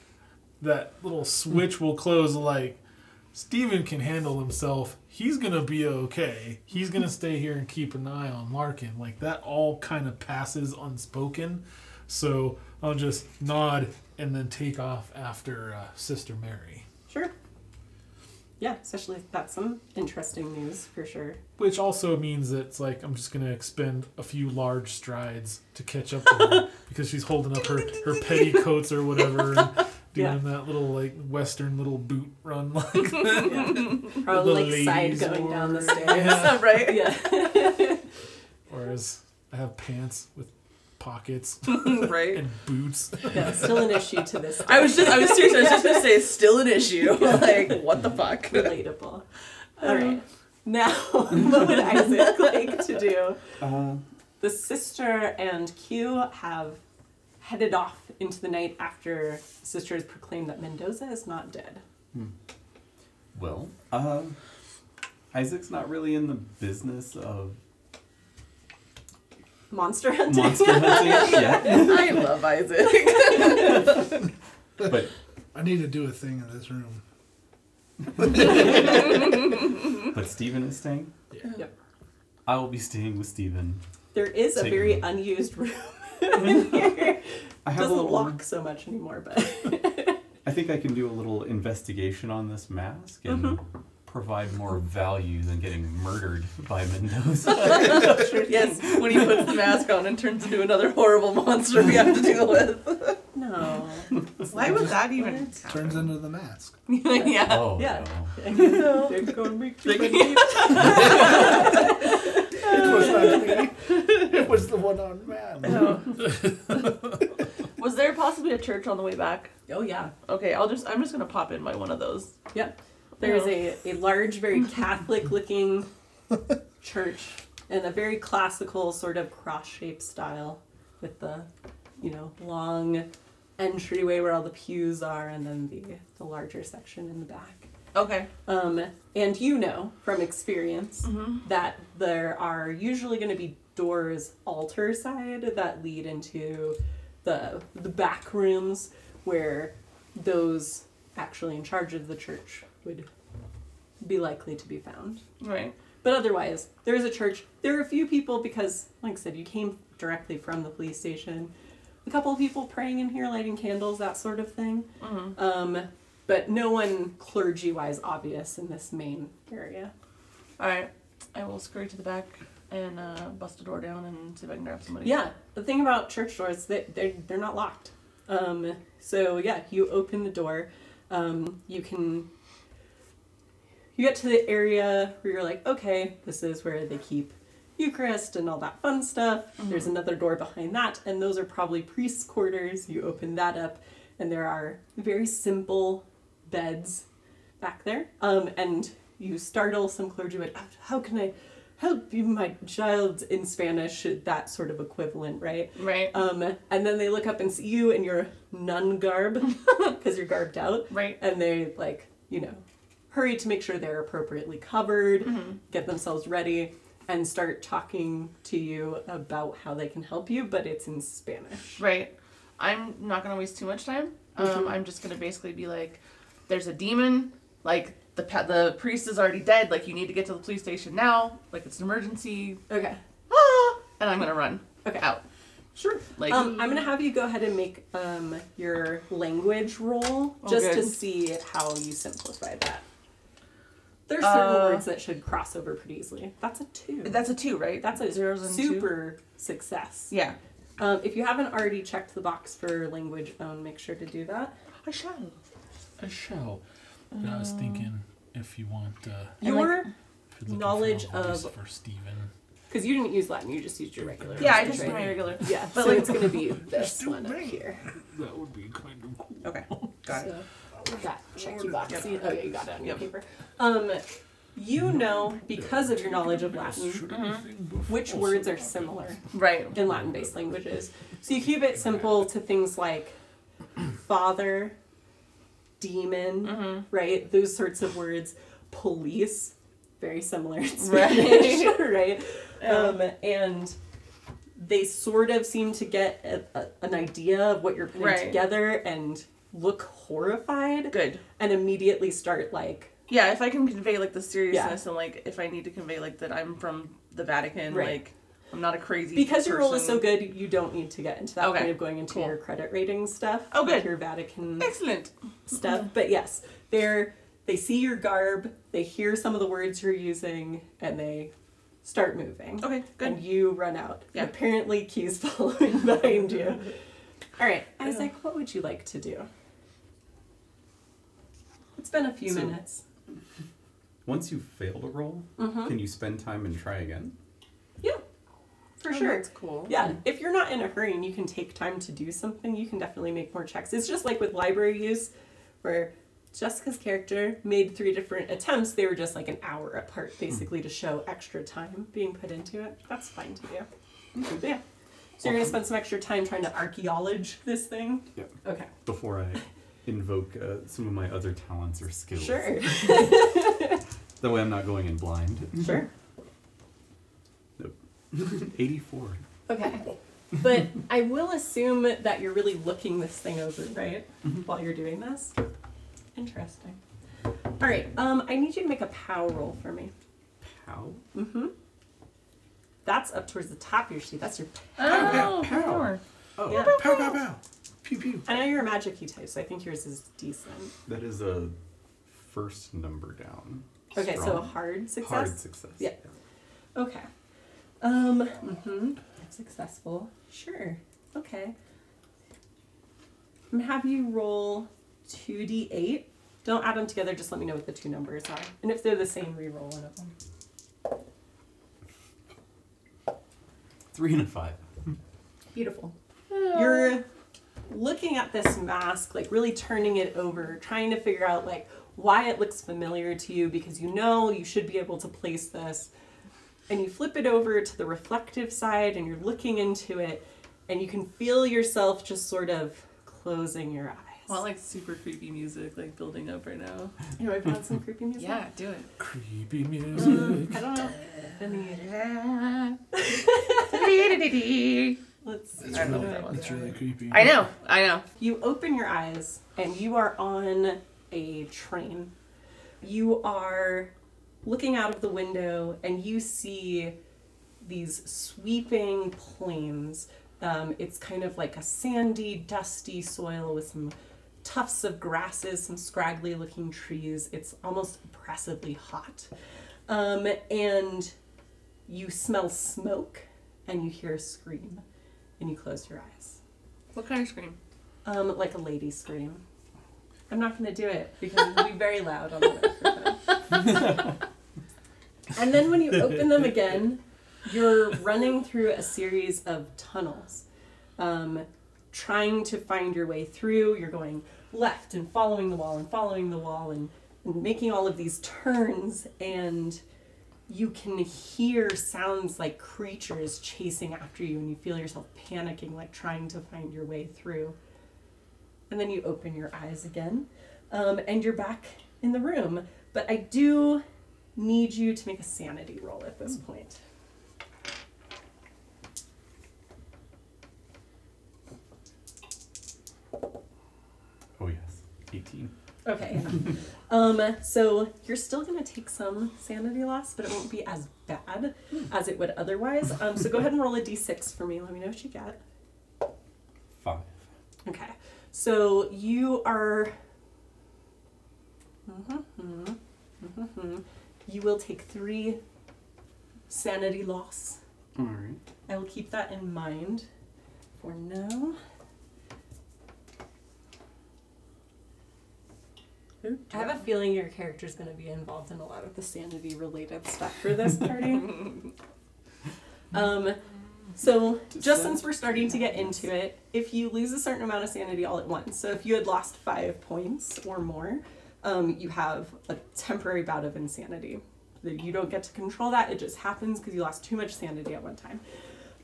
[SPEAKER 2] that little switch will close. Like, Steven can handle himself. He's gonna be okay. He's gonna stay here and keep an eye on Larkin. Like that all kind of passes unspoken. So I'll just nod and then take off after uh, Sister Mary.
[SPEAKER 1] Sure. Yeah, especially if that's some interesting news for sure.
[SPEAKER 2] Which also means that it's like I'm just gonna expend a few large strides to catch up to her because she's holding up her, her petticoats or whatever and doing
[SPEAKER 1] Yeah.
[SPEAKER 2] that little like western little boot run like
[SPEAKER 1] Probably like side
[SPEAKER 2] ladies
[SPEAKER 1] going down the
[SPEAKER 2] or-
[SPEAKER 1] stairs.
[SPEAKER 3] Oh, right.
[SPEAKER 1] yeah.
[SPEAKER 2] whereas I have pants with pockets
[SPEAKER 3] right.
[SPEAKER 2] and boots.
[SPEAKER 1] yeah. Still an issue to this.
[SPEAKER 3] I was just I was serious, I was just gonna say it's still an issue. Like, what the fuck?
[SPEAKER 1] relatable. All right. Now, what would Isaac like to do?
[SPEAKER 5] Uh,
[SPEAKER 1] The sister and Q have headed off into the night after the sister has proclaimed that Mendoza is not dead.
[SPEAKER 4] Well, uh, Isaac's not really in the business of
[SPEAKER 1] Monster hunting.
[SPEAKER 4] monster hunting yet,
[SPEAKER 3] I love Isaac.
[SPEAKER 4] but
[SPEAKER 5] I need to do a thing in this room.
[SPEAKER 4] but Steven is staying.
[SPEAKER 1] Yep.
[SPEAKER 4] I will be staying with Steven.
[SPEAKER 1] There is a
[SPEAKER 4] Take
[SPEAKER 1] very
[SPEAKER 4] it.
[SPEAKER 1] unused room in here.
[SPEAKER 4] I have a
[SPEAKER 1] Doesn't
[SPEAKER 4] little.
[SPEAKER 1] lock so much anymore, but
[SPEAKER 4] I think I can do a little investigation on this mask and
[SPEAKER 1] Mm-hmm.
[SPEAKER 4] provide more value than getting murdered by Mendoza.
[SPEAKER 3] yes, when he puts the mask on and turns into another horrible monster we have to deal with.
[SPEAKER 1] no.
[SPEAKER 7] Why would that even?
[SPEAKER 5] Turns into the mask.
[SPEAKER 3] yeah.
[SPEAKER 4] oh
[SPEAKER 1] Yeah.
[SPEAKER 4] no.
[SPEAKER 1] They're gonna make too many.
[SPEAKER 5] It was not me. It was the one on man.
[SPEAKER 3] Was there possibly a church on the way back?
[SPEAKER 1] Oh yeah.
[SPEAKER 3] Okay, I'll just I'm just gonna pop in by one of those.
[SPEAKER 1] Yep. There is a, a large, very Catholic looking church and a very classical sort of cross shaped style with the, you know, long entryway where all the pews are and then the, the larger section in the back.
[SPEAKER 3] Okay.
[SPEAKER 1] Um, and you know from experience that there are usually going to be doors altar side that lead into the the back rooms where those actually in charge of the church would be likely to be found.
[SPEAKER 3] Right.
[SPEAKER 1] But otherwise, there is a church. There are a few people because, like I said, you came directly from the police station. A couple of people praying in here, lighting candles, that sort of thing. Um, but no one clergy wise obvious in this main area.
[SPEAKER 3] Alright. I will scurry to the back and uh, bust a door down and see if I can grab somebody.
[SPEAKER 1] Yeah, the thing about church doors, they, they're, they're not locked. Um, so, yeah, you open the door. Um, you can. You get to the area where you're like, okay, this is where they keep Eucharist and all that fun stuff. There's another door behind that, and those are probably priests' quarters. You open that up, and there are very simple beds back there. Um, and you startle some clergyman. "Oh, How can I help you, my child? In Spanish, that sort of equivalent, right?
[SPEAKER 6] Right.
[SPEAKER 1] Um, and then they look up and see you in your nun garb because you're garbed out.
[SPEAKER 6] Right.
[SPEAKER 1] And they like, you know, hurry to make sure they're appropriately covered, get themselves ready, and start talking to you about how they can help you, but it's in Spanish.
[SPEAKER 6] Right. I'm not gonna waste too much time. Um, I'm just gonna basically be like, "There's a demon. Like the pa- the priest is already dead. Like you need to get to the police station now. Like it's an emergency."
[SPEAKER 1] Okay.
[SPEAKER 6] Ah! And I'm gonna run.
[SPEAKER 1] Okay.
[SPEAKER 6] Out.
[SPEAKER 1] Sure.
[SPEAKER 6] Like mm-hmm.
[SPEAKER 1] Um, I'm gonna have you go ahead and make um, your language roll just to
[SPEAKER 6] Oh, good.
[SPEAKER 1] see how you simplify that. There's certain
[SPEAKER 6] Uh,
[SPEAKER 1] words that should cross over pretty easily. That's a two.
[SPEAKER 6] that's a two, right?
[SPEAKER 1] That's a
[SPEAKER 6] zeros and two?
[SPEAKER 1] super success.
[SPEAKER 6] Yeah.
[SPEAKER 1] Um, if you haven't already checked the box for language phone, make sure to do that.
[SPEAKER 6] I shall.
[SPEAKER 2] I shall. But I was thinking if you want, uh,
[SPEAKER 6] I like-
[SPEAKER 1] Your,
[SPEAKER 2] if you're looking
[SPEAKER 1] Knowledge
[SPEAKER 2] for a voice
[SPEAKER 1] of-
[SPEAKER 2] for Stephen.
[SPEAKER 1] because you didn't use Latin, you just used your regular.
[SPEAKER 6] Yeah, I
[SPEAKER 1] language,
[SPEAKER 6] just do
[SPEAKER 1] right?
[SPEAKER 6] my regular.
[SPEAKER 1] Yeah,
[SPEAKER 6] But
[SPEAKER 1] so
[SPEAKER 6] like-
[SPEAKER 1] it's gonna be this one up
[SPEAKER 2] right.
[SPEAKER 1] here.
[SPEAKER 2] That would be kind of cool.
[SPEAKER 6] Okay. Got it.
[SPEAKER 1] So that check you box.
[SPEAKER 6] Yep.
[SPEAKER 1] See- Oh yeah, you got it on your
[SPEAKER 6] Yep.
[SPEAKER 1] paper. Um, you know because of your knowledge of Latin
[SPEAKER 2] Mm-hmm.
[SPEAKER 1] which words are similar
[SPEAKER 6] Right.
[SPEAKER 1] in Latin-based languages. So you keep it simple to things like father, demon, right? Those sorts of words. Police, very similar in Spanish, right? Um, and they sort of seem to get a, a, an idea of what you're putting
[SPEAKER 6] Right.
[SPEAKER 1] together and look horrified
[SPEAKER 6] Good.
[SPEAKER 1] and immediately start like
[SPEAKER 6] Yeah. If I can convey like the seriousness and like if I need to convey like that I'm from the Vatican,
[SPEAKER 1] Right.
[SPEAKER 6] like I'm not a crazy
[SPEAKER 1] because your role is
[SPEAKER 6] person.
[SPEAKER 1] so good you don't need to get into that
[SPEAKER 6] Okay,
[SPEAKER 1] point of going into
[SPEAKER 6] cool.
[SPEAKER 1] your credit rating stuff
[SPEAKER 6] Oh,
[SPEAKER 1] like
[SPEAKER 6] good.
[SPEAKER 1] your vatican
[SPEAKER 6] Excellent.
[SPEAKER 1] stuff. But yes, they're they see your garb, they hear some of the words you're using, and they start moving.
[SPEAKER 6] Okay. Good.
[SPEAKER 1] And you run out.
[SPEAKER 6] Yeah.
[SPEAKER 1] Apparently, Key's following behind you. All right, Isaac, what would you like to do? It's been a few
[SPEAKER 4] So-
[SPEAKER 1] minutes.
[SPEAKER 4] Once you fail to roll,
[SPEAKER 1] Mm-hmm.
[SPEAKER 4] can you spend time and try again?
[SPEAKER 1] Yeah, for
[SPEAKER 6] Oh,
[SPEAKER 1] sure.
[SPEAKER 6] That's cool.
[SPEAKER 1] Yeah, if you're not in a hurry and you can take time to do something, you can definitely make more checks. It's just like with library use, where Jessica's character made three different attempts. They were just like an hour apart, basically, to show extra time being put into it. That's fine to do. Yeah. So you're gonna spend some extra time trying to archaeology this thing.
[SPEAKER 4] Yep.
[SPEAKER 1] Okay.
[SPEAKER 4] Before I invoke uh, some of my other talents or skills.
[SPEAKER 1] Sure.
[SPEAKER 4] That way I'm not going in blind.
[SPEAKER 1] Sure.
[SPEAKER 4] Nope. 84.
[SPEAKER 1] Okay. But I will assume that you're really looking this thing over, right? While you're doing this. Interesting. All right. Um, I need you to make a pow roll for me.
[SPEAKER 4] How?
[SPEAKER 1] Oh, That's up towards the top of your sheet. That's your.
[SPEAKER 6] Oh,
[SPEAKER 5] power.
[SPEAKER 4] Oh,
[SPEAKER 1] Yeah.
[SPEAKER 5] Pow, pow, pow. Pew, pew.
[SPEAKER 1] I know you're a magic key type, so I think yours is decent.
[SPEAKER 4] that is a first number down.
[SPEAKER 1] Okay, so a
[SPEAKER 4] Strong.
[SPEAKER 1] hard success.
[SPEAKER 4] Hard success.
[SPEAKER 1] Yeah. Okay. Um. hmm Successful. Sure. Okay. I'm gonna have you roll two d eight. Don't add them together. Just let me know what the two numbers are, and if they're the same, re-roll one of them.
[SPEAKER 4] Three and a five.
[SPEAKER 1] Beautiful. You're looking at this mask, like really turning it over, trying to figure out like why it looks familiar to you because you know you should be able to place this. And you flip it over to the reflective side and you're looking into it and you can feel yourself just sort of closing your eyes.
[SPEAKER 6] I want like super creepy music like building up right now.
[SPEAKER 1] you know, I've had some creepy music.
[SPEAKER 6] do it.
[SPEAKER 2] Creepy music.
[SPEAKER 1] I don't know. Any- Let's
[SPEAKER 5] It's
[SPEAKER 6] I don't know
[SPEAKER 5] really,
[SPEAKER 6] what that was.
[SPEAKER 5] it's really creepy.
[SPEAKER 6] I know, I know.
[SPEAKER 1] You open your eyes and you are on a train. You are looking out of the window and you see these sweeping plains. Um, it's kind of like a sandy, dusty soil with some tufts of grasses, some scraggly looking trees. It's almost oppressively hot. Um, and you smell smoke and you hear a scream and you close your eyes.
[SPEAKER 6] What kind of scream?
[SPEAKER 1] Um, like a lady scream. I'm not gonna do it because it'll be very loud on the microphone. and then when you open them again, you're running through a series of tunnels, um, trying to find your way through. You're going left and following the wall and following the wall and, and making all of these turns, and you can hear sounds like creatures chasing after you, and you feel yourself panicking, like trying to find your way through. And then you open your eyes again, um, and you're back in the room. But I do need you to make a sanity roll at this point.
[SPEAKER 4] Oh yes, eighteen.
[SPEAKER 1] Okay. um, so you're still going to take some sanity loss, but it won't be as bad as it would otherwise. Um, so go ahead and roll a d6 for me. Let me know what you get.
[SPEAKER 4] Five.
[SPEAKER 1] Okay. So you are. Mhm. Mhm. You will take three sanity loss.
[SPEAKER 4] All right.
[SPEAKER 1] I will keep that in mind for now. I have a feeling your character's going to be involved in a lot of the sanity related stuff for this party. um, so, just since we're starting to get into it, if you lose a certain amount of sanity all at once, so if you had lost five points or more, um, you have a temporary bout of insanity. That You don't get to control that, it just happens because you lost too much sanity at one time.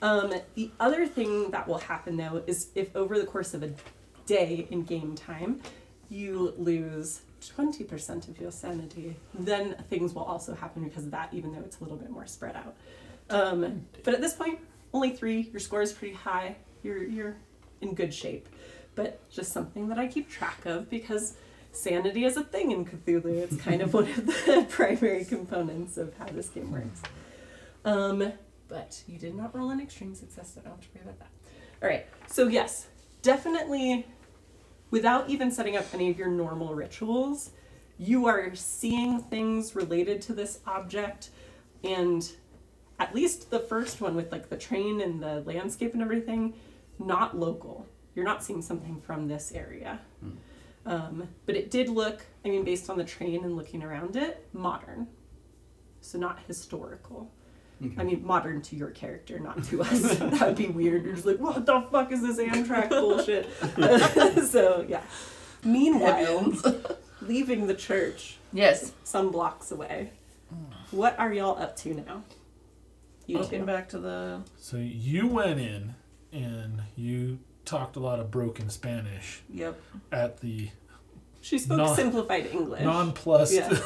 [SPEAKER 1] Um, the other thing that will happen though is if over the course of a day in game time, you lose 20% of your sanity, then things will also happen because of that, even though it's a little bit more spread out. Um, but at this point, only three. Your score is pretty high. You're, you're in good shape. But just something that I keep track of because sanity is a thing in Cthulhu. It's kind of one of the primary components of how this game works. Um, but you did not roll an extreme success, so I don't have to worry about that. All right. So, yes, definitely without even setting up any of your normal rituals, you are seeing things related to this object and at least the first one with like the train and the landscape and everything not local you're not seeing something from this area um, but it did look i mean based on the train and looking around it modern so not historical I mean, modern to your character, not to us. that would be weird. You're just like, what the fuck is this Amtrak bullshit? so, yeah. Meanwhile, leaving the church
[SPEAKER 3] Yes.
[SPEAKER 1] some blocks away, what are y'all up to now? You
[SPEAKER 3] Looking
[SPEAKER 1] two.
[SPEAKER 3] back to the
[SPEAKER 2] So you went in and you talked a lot of broken Spanish
[SPEAKER 3] yep.
[SPEAKER 2] at the
[SPEAKER 1] She spoke
[SPEAKER 2] Non-
[SPEAKER 1] simplified English.
[SPEAKER 2] nonplussed
[SPEAKER 1] Yeah.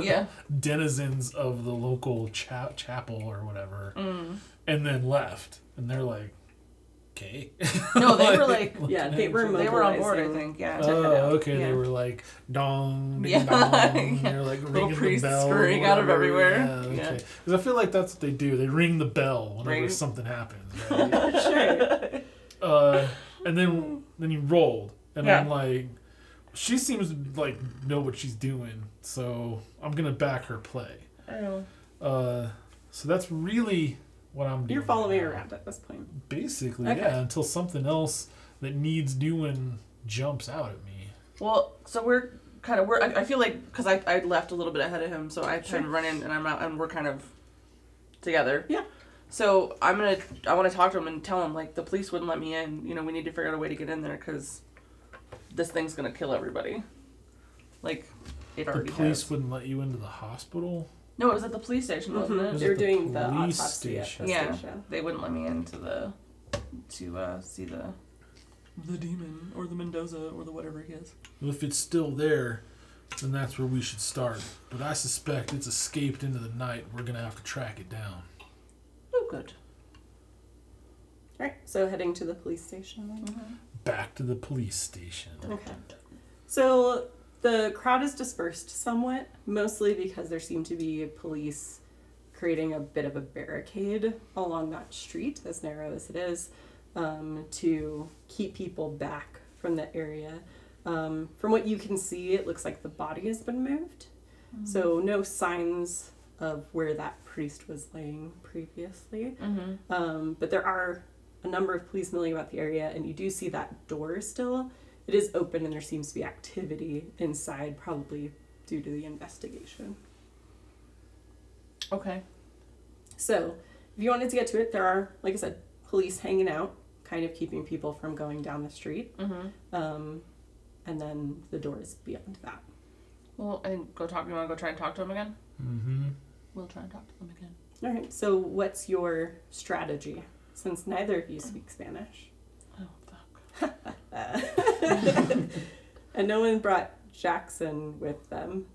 [SPEAKER 3] Yeah.
[SPEAKER 2] denizens of the local cha- chapel or whatever,
[SPEAKER 3] Mm.
[SPEAKER 2] and then left. And they're like, "Okay."
[SPEAKER 3] No, they were like
[SPEAKER 1] yeah, they were
[SPEAKER 3] they were on board. I
[SPEAKER 1] mobilizing.
[SPEAKER 3] think. Yeah. Check
[SPEAKER 2] Oh,
[SPEAKER 3] it out.
[SPEAKER 2] okay.
[SPEAKER 1] Yeah.
[SPEAKER 2] They were like dong, ding,
[SPEAKER 3] Yeah.
[SPEAKER 2] dong.
[SPEAKER 3] Yeah.
[SPEAKER 2] and They're like
[SPEAKER 3] Little
[SPEAKER 2] ringing the
[SPEAKER 3] priests
[SPEAKER 2] bell,
[SPEAKER 3] scurrying out of
[SPEAKER 2] whatever.
[SPEAKER 3] everywhere.
[SPEAKER 2] Yeah,
[SPEAKER 3] Yeah.
[SPEAKER 2] okay. Because I feel like that's what they do. They ring the bell whenever
[SPEAKER 3] Right.
[SPEAKER 2] something happens. right?
[SPEAKER 1] sure.
[SPEAKER 2] uh, and then then you rolled, and
[SPEAKER 3] Yeah.
[SPEAKER 2] I'm like, she seems to, like know what she's doing, so I'm gonna back her play.
[SPEAKER 3] Oh.
[SPEAKER 2] Uh, so that's really what I'm doing.
[SPEAKER 1] You're following
[SPEAKER 2] now.
[SPEAKER 1] around at this point.
[SPEAKER 2] Mm-hmm. basically,
[SPEAKER 1] Okay.
[SPEAKER 2] yeah, until something else that needs doing jumps out at me.
[SPEAKER 3] Well, so we're kind of we're. I, I feel like because I, I left a little bit ahead of him, so I kind of run in and I'm out and we're kind of together.
[SPEAKER 1] Yeah.
[SPEAKER 3] So I'm gonna I want to talk to him and tell him like the police wouldn't let me in. You know we need to figure out a way to get in there because this thing's gonna kill everybody. Like it
[SPEAKER 2] The
[SPEAKER 3] already
[SPEAKER 2] police
[SPEAKER 3] has.
[SPEAKER 2] wouldn't let you into the hospital.
[SPEAKER 3] No, it was at the police station, wasn't
[SPEAKER 1] Mhm.
[SPEAKER 2] Was
[SPEAKER 1] They
[SPEAKER 2] it
[SPEAKER 1] were
[SPEAKER 2] the
[SPEAKER 1] doing the
[SPEAKER 2] police
[SPEAKER 1] autopsy at the
[SPEAKER 2] station?
[SPEAKER 3] Yeah.
[SPEAKER 1] station.
[SPEAKER 3] it? They wouldn't let me in to the to uh, see the the demon or the Mendoza or the whatever he is.
[SPEAKER 2] Well, if it's still there, then that's where we should start. But I suspect it's escaped into the night. We're gonna have to track it down.
[SPEAKER 3] Oh, good.
[SPEAKER 1] All right, so heading to the police station. Then.
[SPEAKER 3] Mm-hmm.
[SPEAKER 2] Back to the police station.
[SPEAKER 1] Okay. So the crowd is dispersed somewhat, mostly because there seem to be police creating a bit of a barricade along that street, as narrow as it is, um, to keep people back from the area. Um, from what you can see, it looks like the body has been moved. So no signs of where that priest was laying previously.
[SPEAKER 3] Mm-hmm.
[SPEAKER 1] Um, but there are a number of police milling about the area, and you do see that door still. It is open, and there seems to be activity inside, probably due to the investigation.
[SPEAKER 3] Okay.
[SPEAKER 1] So If you wanted to get to it, there are, like I said, police hanging out, kind of keeping people from going down the street.
[SPEAKER 3] Mm-hmm.
[SPEAKER 1] Um, and then the door is beyond that.
[SPEAKER 3] Well, and go talk. You want to go try and talk to him again?
[SPEAKER 2] Mm-hmm.
[SPEAKER 3] We'll try and talk to them again.
[SPEAKER 1] All right. So, what's your strategy? Since neither of you speak Spanish,
[SPEAKER 3] Oh fuck.
[SPEAKER 1] uh, and no one brought Jackson with them.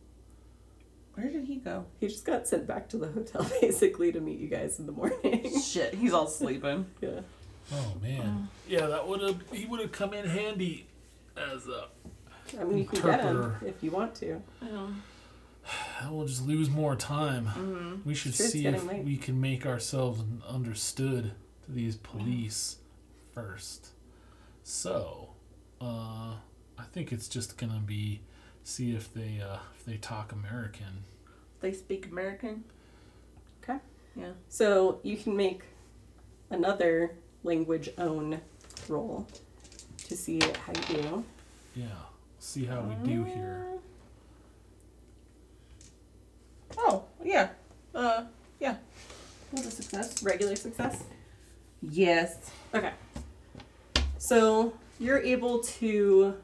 [SPEAKER 3] Where did he go?
[SPEAKER 1] He just got sent back to the hotel basically to meet you guys in the morning.
[SPEAKER 3] Shit, he's all sleeping.
[SPEAKER 1] yeah.
[SPEAKER 2] Oh man. Yeah, that would have he would have come in handy as a.
[SPEAKER 1] I mean, you can get him
[SPEAKER 2] Interpreter.
[SPEAKER 1] if you want to.
[SPEAKER 2] I will just lose more time. We should
[SPEAKER 1] Sure, it's
[SPEAKER 2] see
[SPEAKER 1] Mm-hmm. getting
[SPEAKER 2] if
[SPEAKER 1] late.
[SPEAKER 2] we can make ourselves understood to these police first. So, uh, I think it's just gonna be see if they uh, if they talk American.
[SPEAKER 3] They speak American.
[SPEAKER 1] Okay.
[SPEAKER 3] Yeah.
[SPEAKER 1] So you can make another language own roll to see how you do.
[SPEAKER 2] Yeah, see how we do here.
[SPEAKER 1] Mm.
[SPEAKER 6] Oh, yeah. Uh,
[SPEAKER 1] What a success. Regular success.
[SPEAKER 3] Yes.
[SPEAKER 1] Okay. So you're able to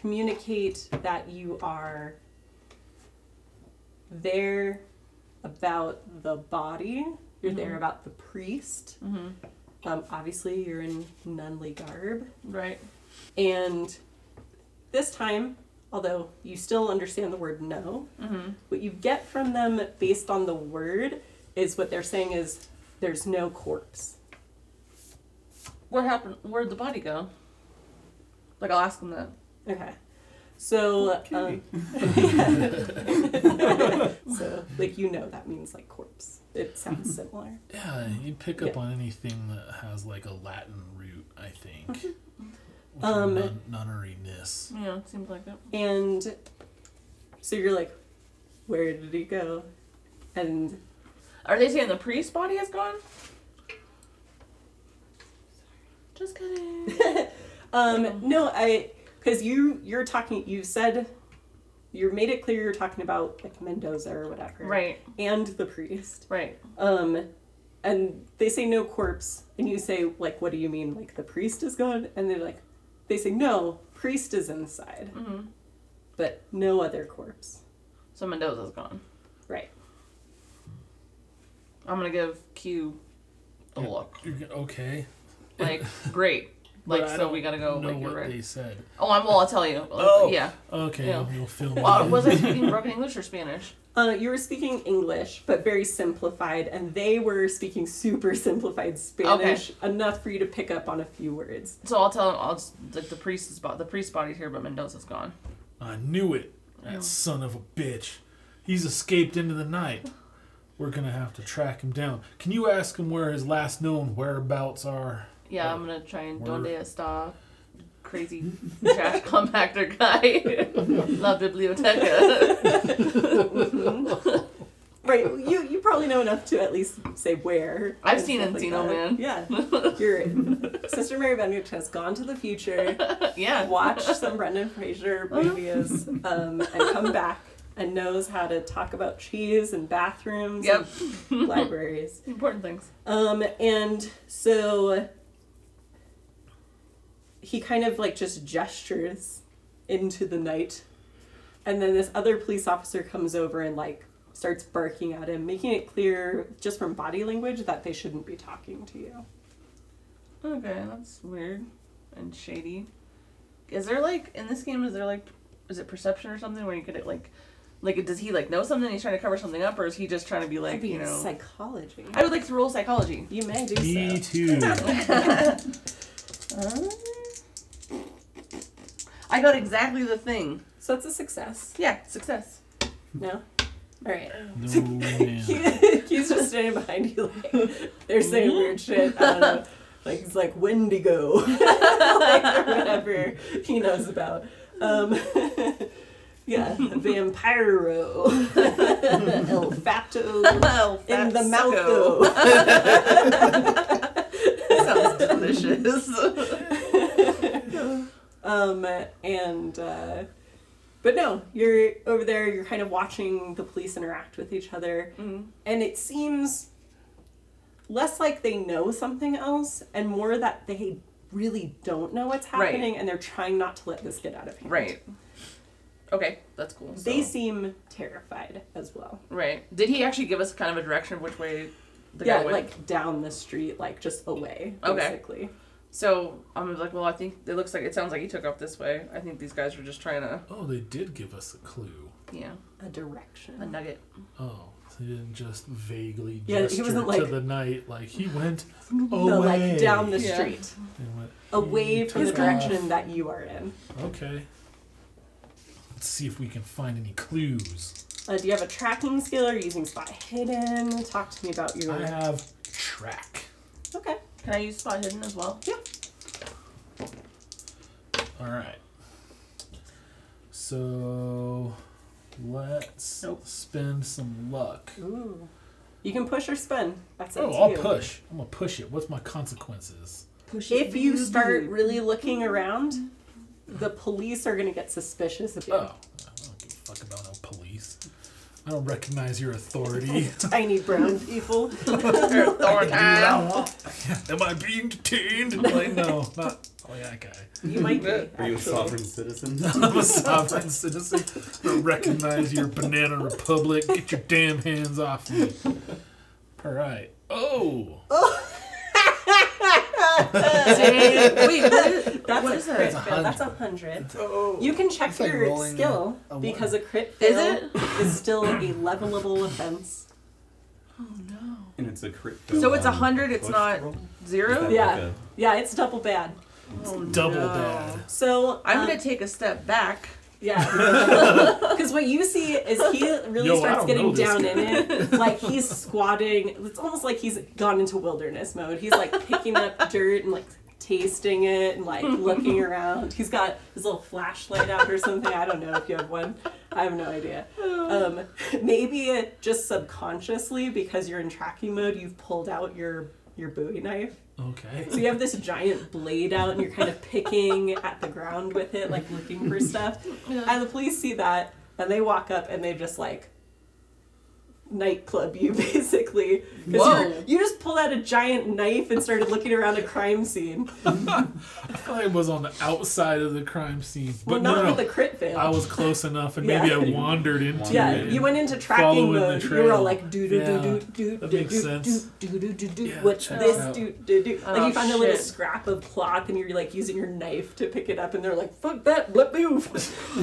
[SPEAKER 1] communicate that you are there about the body, you're there about the priest.
[SPEAKER 3] Mm-hmm.
[SPEAKER 1] Um, obviously, you're in nunly garb.
[SPEAKER 3] Right.
[SPEAKER 1] And this time, although you still understand the word no,
[SPEAKER 3] Mhm.
[SPEAKER 1] what you get from them based on the word is what they're saying is there's no corpse.
[SPEAKER 3] What happened? Where'd the body go? Like I'll ask him that.
[SPEAKER 1] Okay. So, um, so like you know that means like corpse. It sounds similar.
[SPEAKER 2] Yeah, you pick up
[SPEAKER 1] Yeah.
[SPEAKER 2] on anything that has like a Latin root, I think. With
[SPEAKER 1] Um,
[SPEAKER 2] nun- nunneryness.
[SPEAKER 3] Yeah, it seems like it.
[SPEAKER 1] And so you're like, where did he go? And
[SPEAKER 3] Are they saying the priest body is gone? Just kidding.
[SPEAKER 1] Um, no, I because you you're talking. You said you made it clear you're talking about like Mendoza or whatever,
[SPEAKER 3] right.
[SPEAKER 1] And the priest.
[SPEAKER 3] Right.
[SPEAKER 1] Um, and they say no corpse, and you say like, what do you mean? Like the priest is gone? And they're like, they say no, priest is inside,
[SPEAKER 3] Mhm.
[SPEAKER 1] but no other corpse.
[SPEAKER 3] So Mendoza's gone.
[SPEAKER 1] Right.
[SPEAKER 3] I'm gonna give Q a look.
[SPEAKER 2] You're g- okay.
[SPEAKER 3] Like great.
[SPEAKER 2] But
[SPEAKER 3] Like
[SPEAKER 2] I
[SPEAKER 3] so
[SPEAKER 2] don't
[SPEAKER 3] we gotta go.
[SPEAKER 2] know
[SPEAKER 3] Like
[SPEAKER 2] what
[SPEAKER 3] you're right.
[SPEAKER 2] they said.
[SPEAKER 3] Oh, I'm, well I'll tell you.
[SPEAKER 2] Oh.
[SPEAKER 3] Yeah.
[SPEAKER 2] Okay,
[SPEAKER 3] Yeah.
[SPEAKER 2] you'll film
[SPEAKER 3] Well,
[SPEAKER 2] it.
[SPEAKER 3] was I speaking broken English or Spanish?
[SPEAKER 1] Uh, you were speaking English, but very simplified, and they were speaking super simplified Spanish, enough for you to pick up on a few words.
[SPEAKER 3] So I'll tell him. I'll just, like the priest is bo- the priest body's here, but Mendoza's gone.
[SPEAKER 2] I knew it. That son of a bitch. He's escaped into the night. We're gonna have to track him down. Can you ask him where his last known whereabouts are?
[SPEAKER 3] Yeah,
[SPEAKER 2] Oh.
[SPEAKER 3] I'm gonna try and
[SPEAKER 2] Word.
[SPEAKER 3] donde esta crazy trash compactor guy la biblioteca.
[SPEAKER 1] Right. well, You you probably know enough to at least say where.
[SPEAKER 3] I've
[SPEAKER 1] and
[SPEAKER 3] seen
[SPEAKER 1] stuff like
[SPEAKER 3] Encino
[SPEAKER 1] that.
[SPEAKER 3] Man.
[SPEAKER 1] Yeah. Your sister Mary Benedict has gone to the future,
[SPEAKER 3] yeah.
[SPEAKER 1] watched some Brendan Fraser
[SPEAKER 3] Uh-huh.
[SPEAKER 1] videos, um, and come back and knows how to talk about cheese and bathrooms
[SPEAKER 3] Yep.
[SPEAKER 1] and libraries.
[SPEAKER 3] Important things.
[SPEAKER 1] Um, and so he kind of like just gestures into the night. And then this other police officer comes over and like starts barking at him, making it clear just from body language that they shouldn't be talking to you.
[SPEAKER 3] Okay, that's weird and shady. Is there like in this game? Is there like is it perception or something where you could like like does he like know something? He's trying to cover something up, or is he just trying to be like
[SPEAKER 1] That'd be
[SPEAKER 3] you know?
[SPEAKER 1] psychology.
[SPEAKER 3] I would like to roll psychology.
[SPEAKER 1] You may do
[SPEAKER 2] Me
[SPEAKER 1] so.
[SPEAKER 2] too.
[SPEAKER 3] I got exactly the thing.
[SPEAKER 1] So that's a success.
[SPEAKER 3] Yeah, success.
[SPEAKER 1] No? Alright.
[SPEAKER 2] No man.
[SPEAKER 1] He's just standing behind you like they're saying weird shit. I don't know. Like he's like Wendigo. like, or whatever he knows about. Um, yeah, Vampiro. El Fato.
[SPEAKER 3] Oh,
[SPEAKER 1] In the
[SPEAKER 3] fatso.
[SPEAKER 1] mouth though.
[SPEAKER 3] Sounds delicious.
[SPEAKER 1] Um, and uh, but no, you're
[SPEAKER 3] Mm-hmm.
[SPEAKER 1] over there. You're kind of watching the police interact with each other, and it seems less like they know something else and more that they really don't know what's
[SPEAKER 3] Right.
[SPEAKER 1] happening and they're trying not to let this get out of hand.
[SPEAKER 3] Right. Okay, that's cool. So-
[SPEAKER 1] They seem terrified as well.
[SPEAKER 3] right. Did he actually give us kind of a direction of which way the
[SPEAKER 1] yeah,
[SPEAKER 3] guy went?
[SPEAKER 1] like down the street, like just away,
[SPEAKER 3] Okay.
[SPEAKER 1] basically.
[SPEAKER 3] so I'm gonna be like, well, I think it looks like it sounds like he took off this way. I think these guys were just trying to,
[SPEAKER 2] Oh, they did give us a clue.
[SPEAKER 3] yeah,
[SPEAKER 1] A direction.
[SPEAKER 3] a nugget.
[SPEAKER 2] Oh, so he didn't just vaguely
[SPEAKER 1] Yeah, he
[SPEAKER 2] gesture
[SPEAKER 1] wasn't
[SPEAKER 2] to
[SPEAKER 1] like-
[SPEAKER 2] the night. Like he went
[SPEAKER 1] The,
[SPEAKER 2] away.
[SPEAKER 1] like down the
[SPEAKER 3] Yeah.
[SPEAKER 1] street.
[SPEAKER 2] And went,
[SPEAKER 1] Away from the
[SPEAKER 2] Took off.
[SPEAKER 1] direction that you are in.
[SPEAKER 2] Okay. Let's see if we can find any clues.
[SPEAKER 1] Uh, do you have a tracking skill or using spot hidden? Talk to me about your
[SPEAKER 2] I have track.
[SPEAKER 1] Okay.
[SPEAKER 3] Can I use spot hidden as well?
[SPEAKER 2] All right. So let's
[SPEAKER 3] Nope.
[SPEAKER 2] spend some luck.
[SPEAKER 1] Ooh. You can push or spin. That's up
[SPEAKER 2] Oh,
[SPEAKER 1] to
[SPEAKER 2] I'll
[SPEAKER 1] you.
[SPEAKER 2] push. I'm gonna push it. What's my consequences?
[SPEAKER 1] If you start really looking around, the police are gonna get suspicious of you.
[SPEAKER 2] Oh, I don't give a fuck about no police. I don't recognize your authority.
[SPEAKER 1] Tiny brown people.
[SPEAKER 3] Thornton.
[SPEAKER 2] Am I being detained? Like, no, not like that guy.
[SPEAKER 1] You might be.
[SPEAKER 4] Are you a
[SPEAKER 1] actually.
[SPEAKER 4] sovereign citizen?
[SPEAKER 2] I'm a sovereign citizen. I don't recognize your banana republic. Get your damn hands off me. All right. Oh,
[SPEAKER 3] Wait, what is,
[SPEAKER 1] That's
[SPEAKER 3] what
[SPEAKER 1] a
[SPEAKER 3] is
[SPEAKER 1] crit
[SPEAKER 3] that?
[SPEAKER 1] fail. That's a hundred. You can check
[SPEAKER 5] It's like
[SPEAKER 1] your
[SPEAKER 5] rolling
[SPEAKER 1] skill
[SPEAKER 5] a- a
[SPEAKER 1] because a crit
[SPEAKER 3] Is
[SPEAKER 1] fail is still a levelable offense.
[SPEAKER 4] and it's a crit.
[SPEAKER 3] So it's a hundred, it's not Zero? Oh,
[SPEAKER 1] Yeah. Yeah, it's double bad.
[SPEAKER 2] double
[SPEAKER 3] no.
[SPEAKER 2] bad.
[SPEAKER 1] So
[SPEAKER 3] I'm
[SPEAKER 1] um,
[SPEAKER 3] gonna take a step back.
[SPEAKER 1] Yeah. Because what you see is he really
[SPEAKER 2] Yo, I
[SPEAKER 1] starts
[SPEAKER 2] don't
[SPEAKER 1] getting
[SPEAKER 2] know this
[SPEAKER 1] down
[SPEAKER 2] guy.
[SPEAKER 1] in it. Like he's squatting. It's almost like he's gone into wilderness mode. He's like picking up dirt and like tasting it and like looking around. He's got his little flashlight out or something. I don't know if you have one. I have no idea. Um, maybe just subconsciously because you're in tracking mode, you've pulled out your your Bowie knife.
[SPEAKER 2] Okay.
[SPEAKER 1] So you have this giant blade out, and you're kind of picking at the ground with it, like looking for stuff. And the police see that, and they walk up, and they just like nightclub you basically. Because
[SPEAKER 3] Whoa.
[SPEAKER 1] you just pulled out a giant knife and started looking around a crime scene.
[SPEAKER 2] I was on the outside of the crime scene,
[SPEAKER 1] Well,
[SPEAKER 2] but
[SPEAKER 1] not
[SPEAKER 2] no, no,
[SPEAKER 1] with the crit fail.
[SPEAKER 2] I was close enough, and
[SPEAKER 1] Yeah.
[SPEAKER 2] maybe I wandered into
[SPEAKER 1] yeah,
[SPEAKER 2] it.
[SPEAKER 1] you went into tracking
[SPEAKER 2] following the
[SPEAKER 1] mode. You were all
[SPEAKER 2] trail.
[SPEAKER 1] like do do
[SPEAKER 2] Yeah,
[SPEAKER 1] do do do
[SPEAKER 2] that
[SPEAKER 1] do
[SPEAKER 2] makes
[SPEAKER 1] do
[SPEAKER 2] sense.
[SPEAKER 1] do do do do.
[SPEAKER 2] Yeah,
[SPEAKER 1] What's
[SPEAKER 2] check it
[SPEAKER 1] this
[SPEAKER 2] out.
[SPEAKER 1] do do do? Like
[SPEAKER 3] Oh,
[SPEAKER 1] you found a little
[SPEAKER 3] shit.
[SPEAKER 1] scrap of cloth and you're like using your knife to pick it up, and they're like, "Fuck that, let move."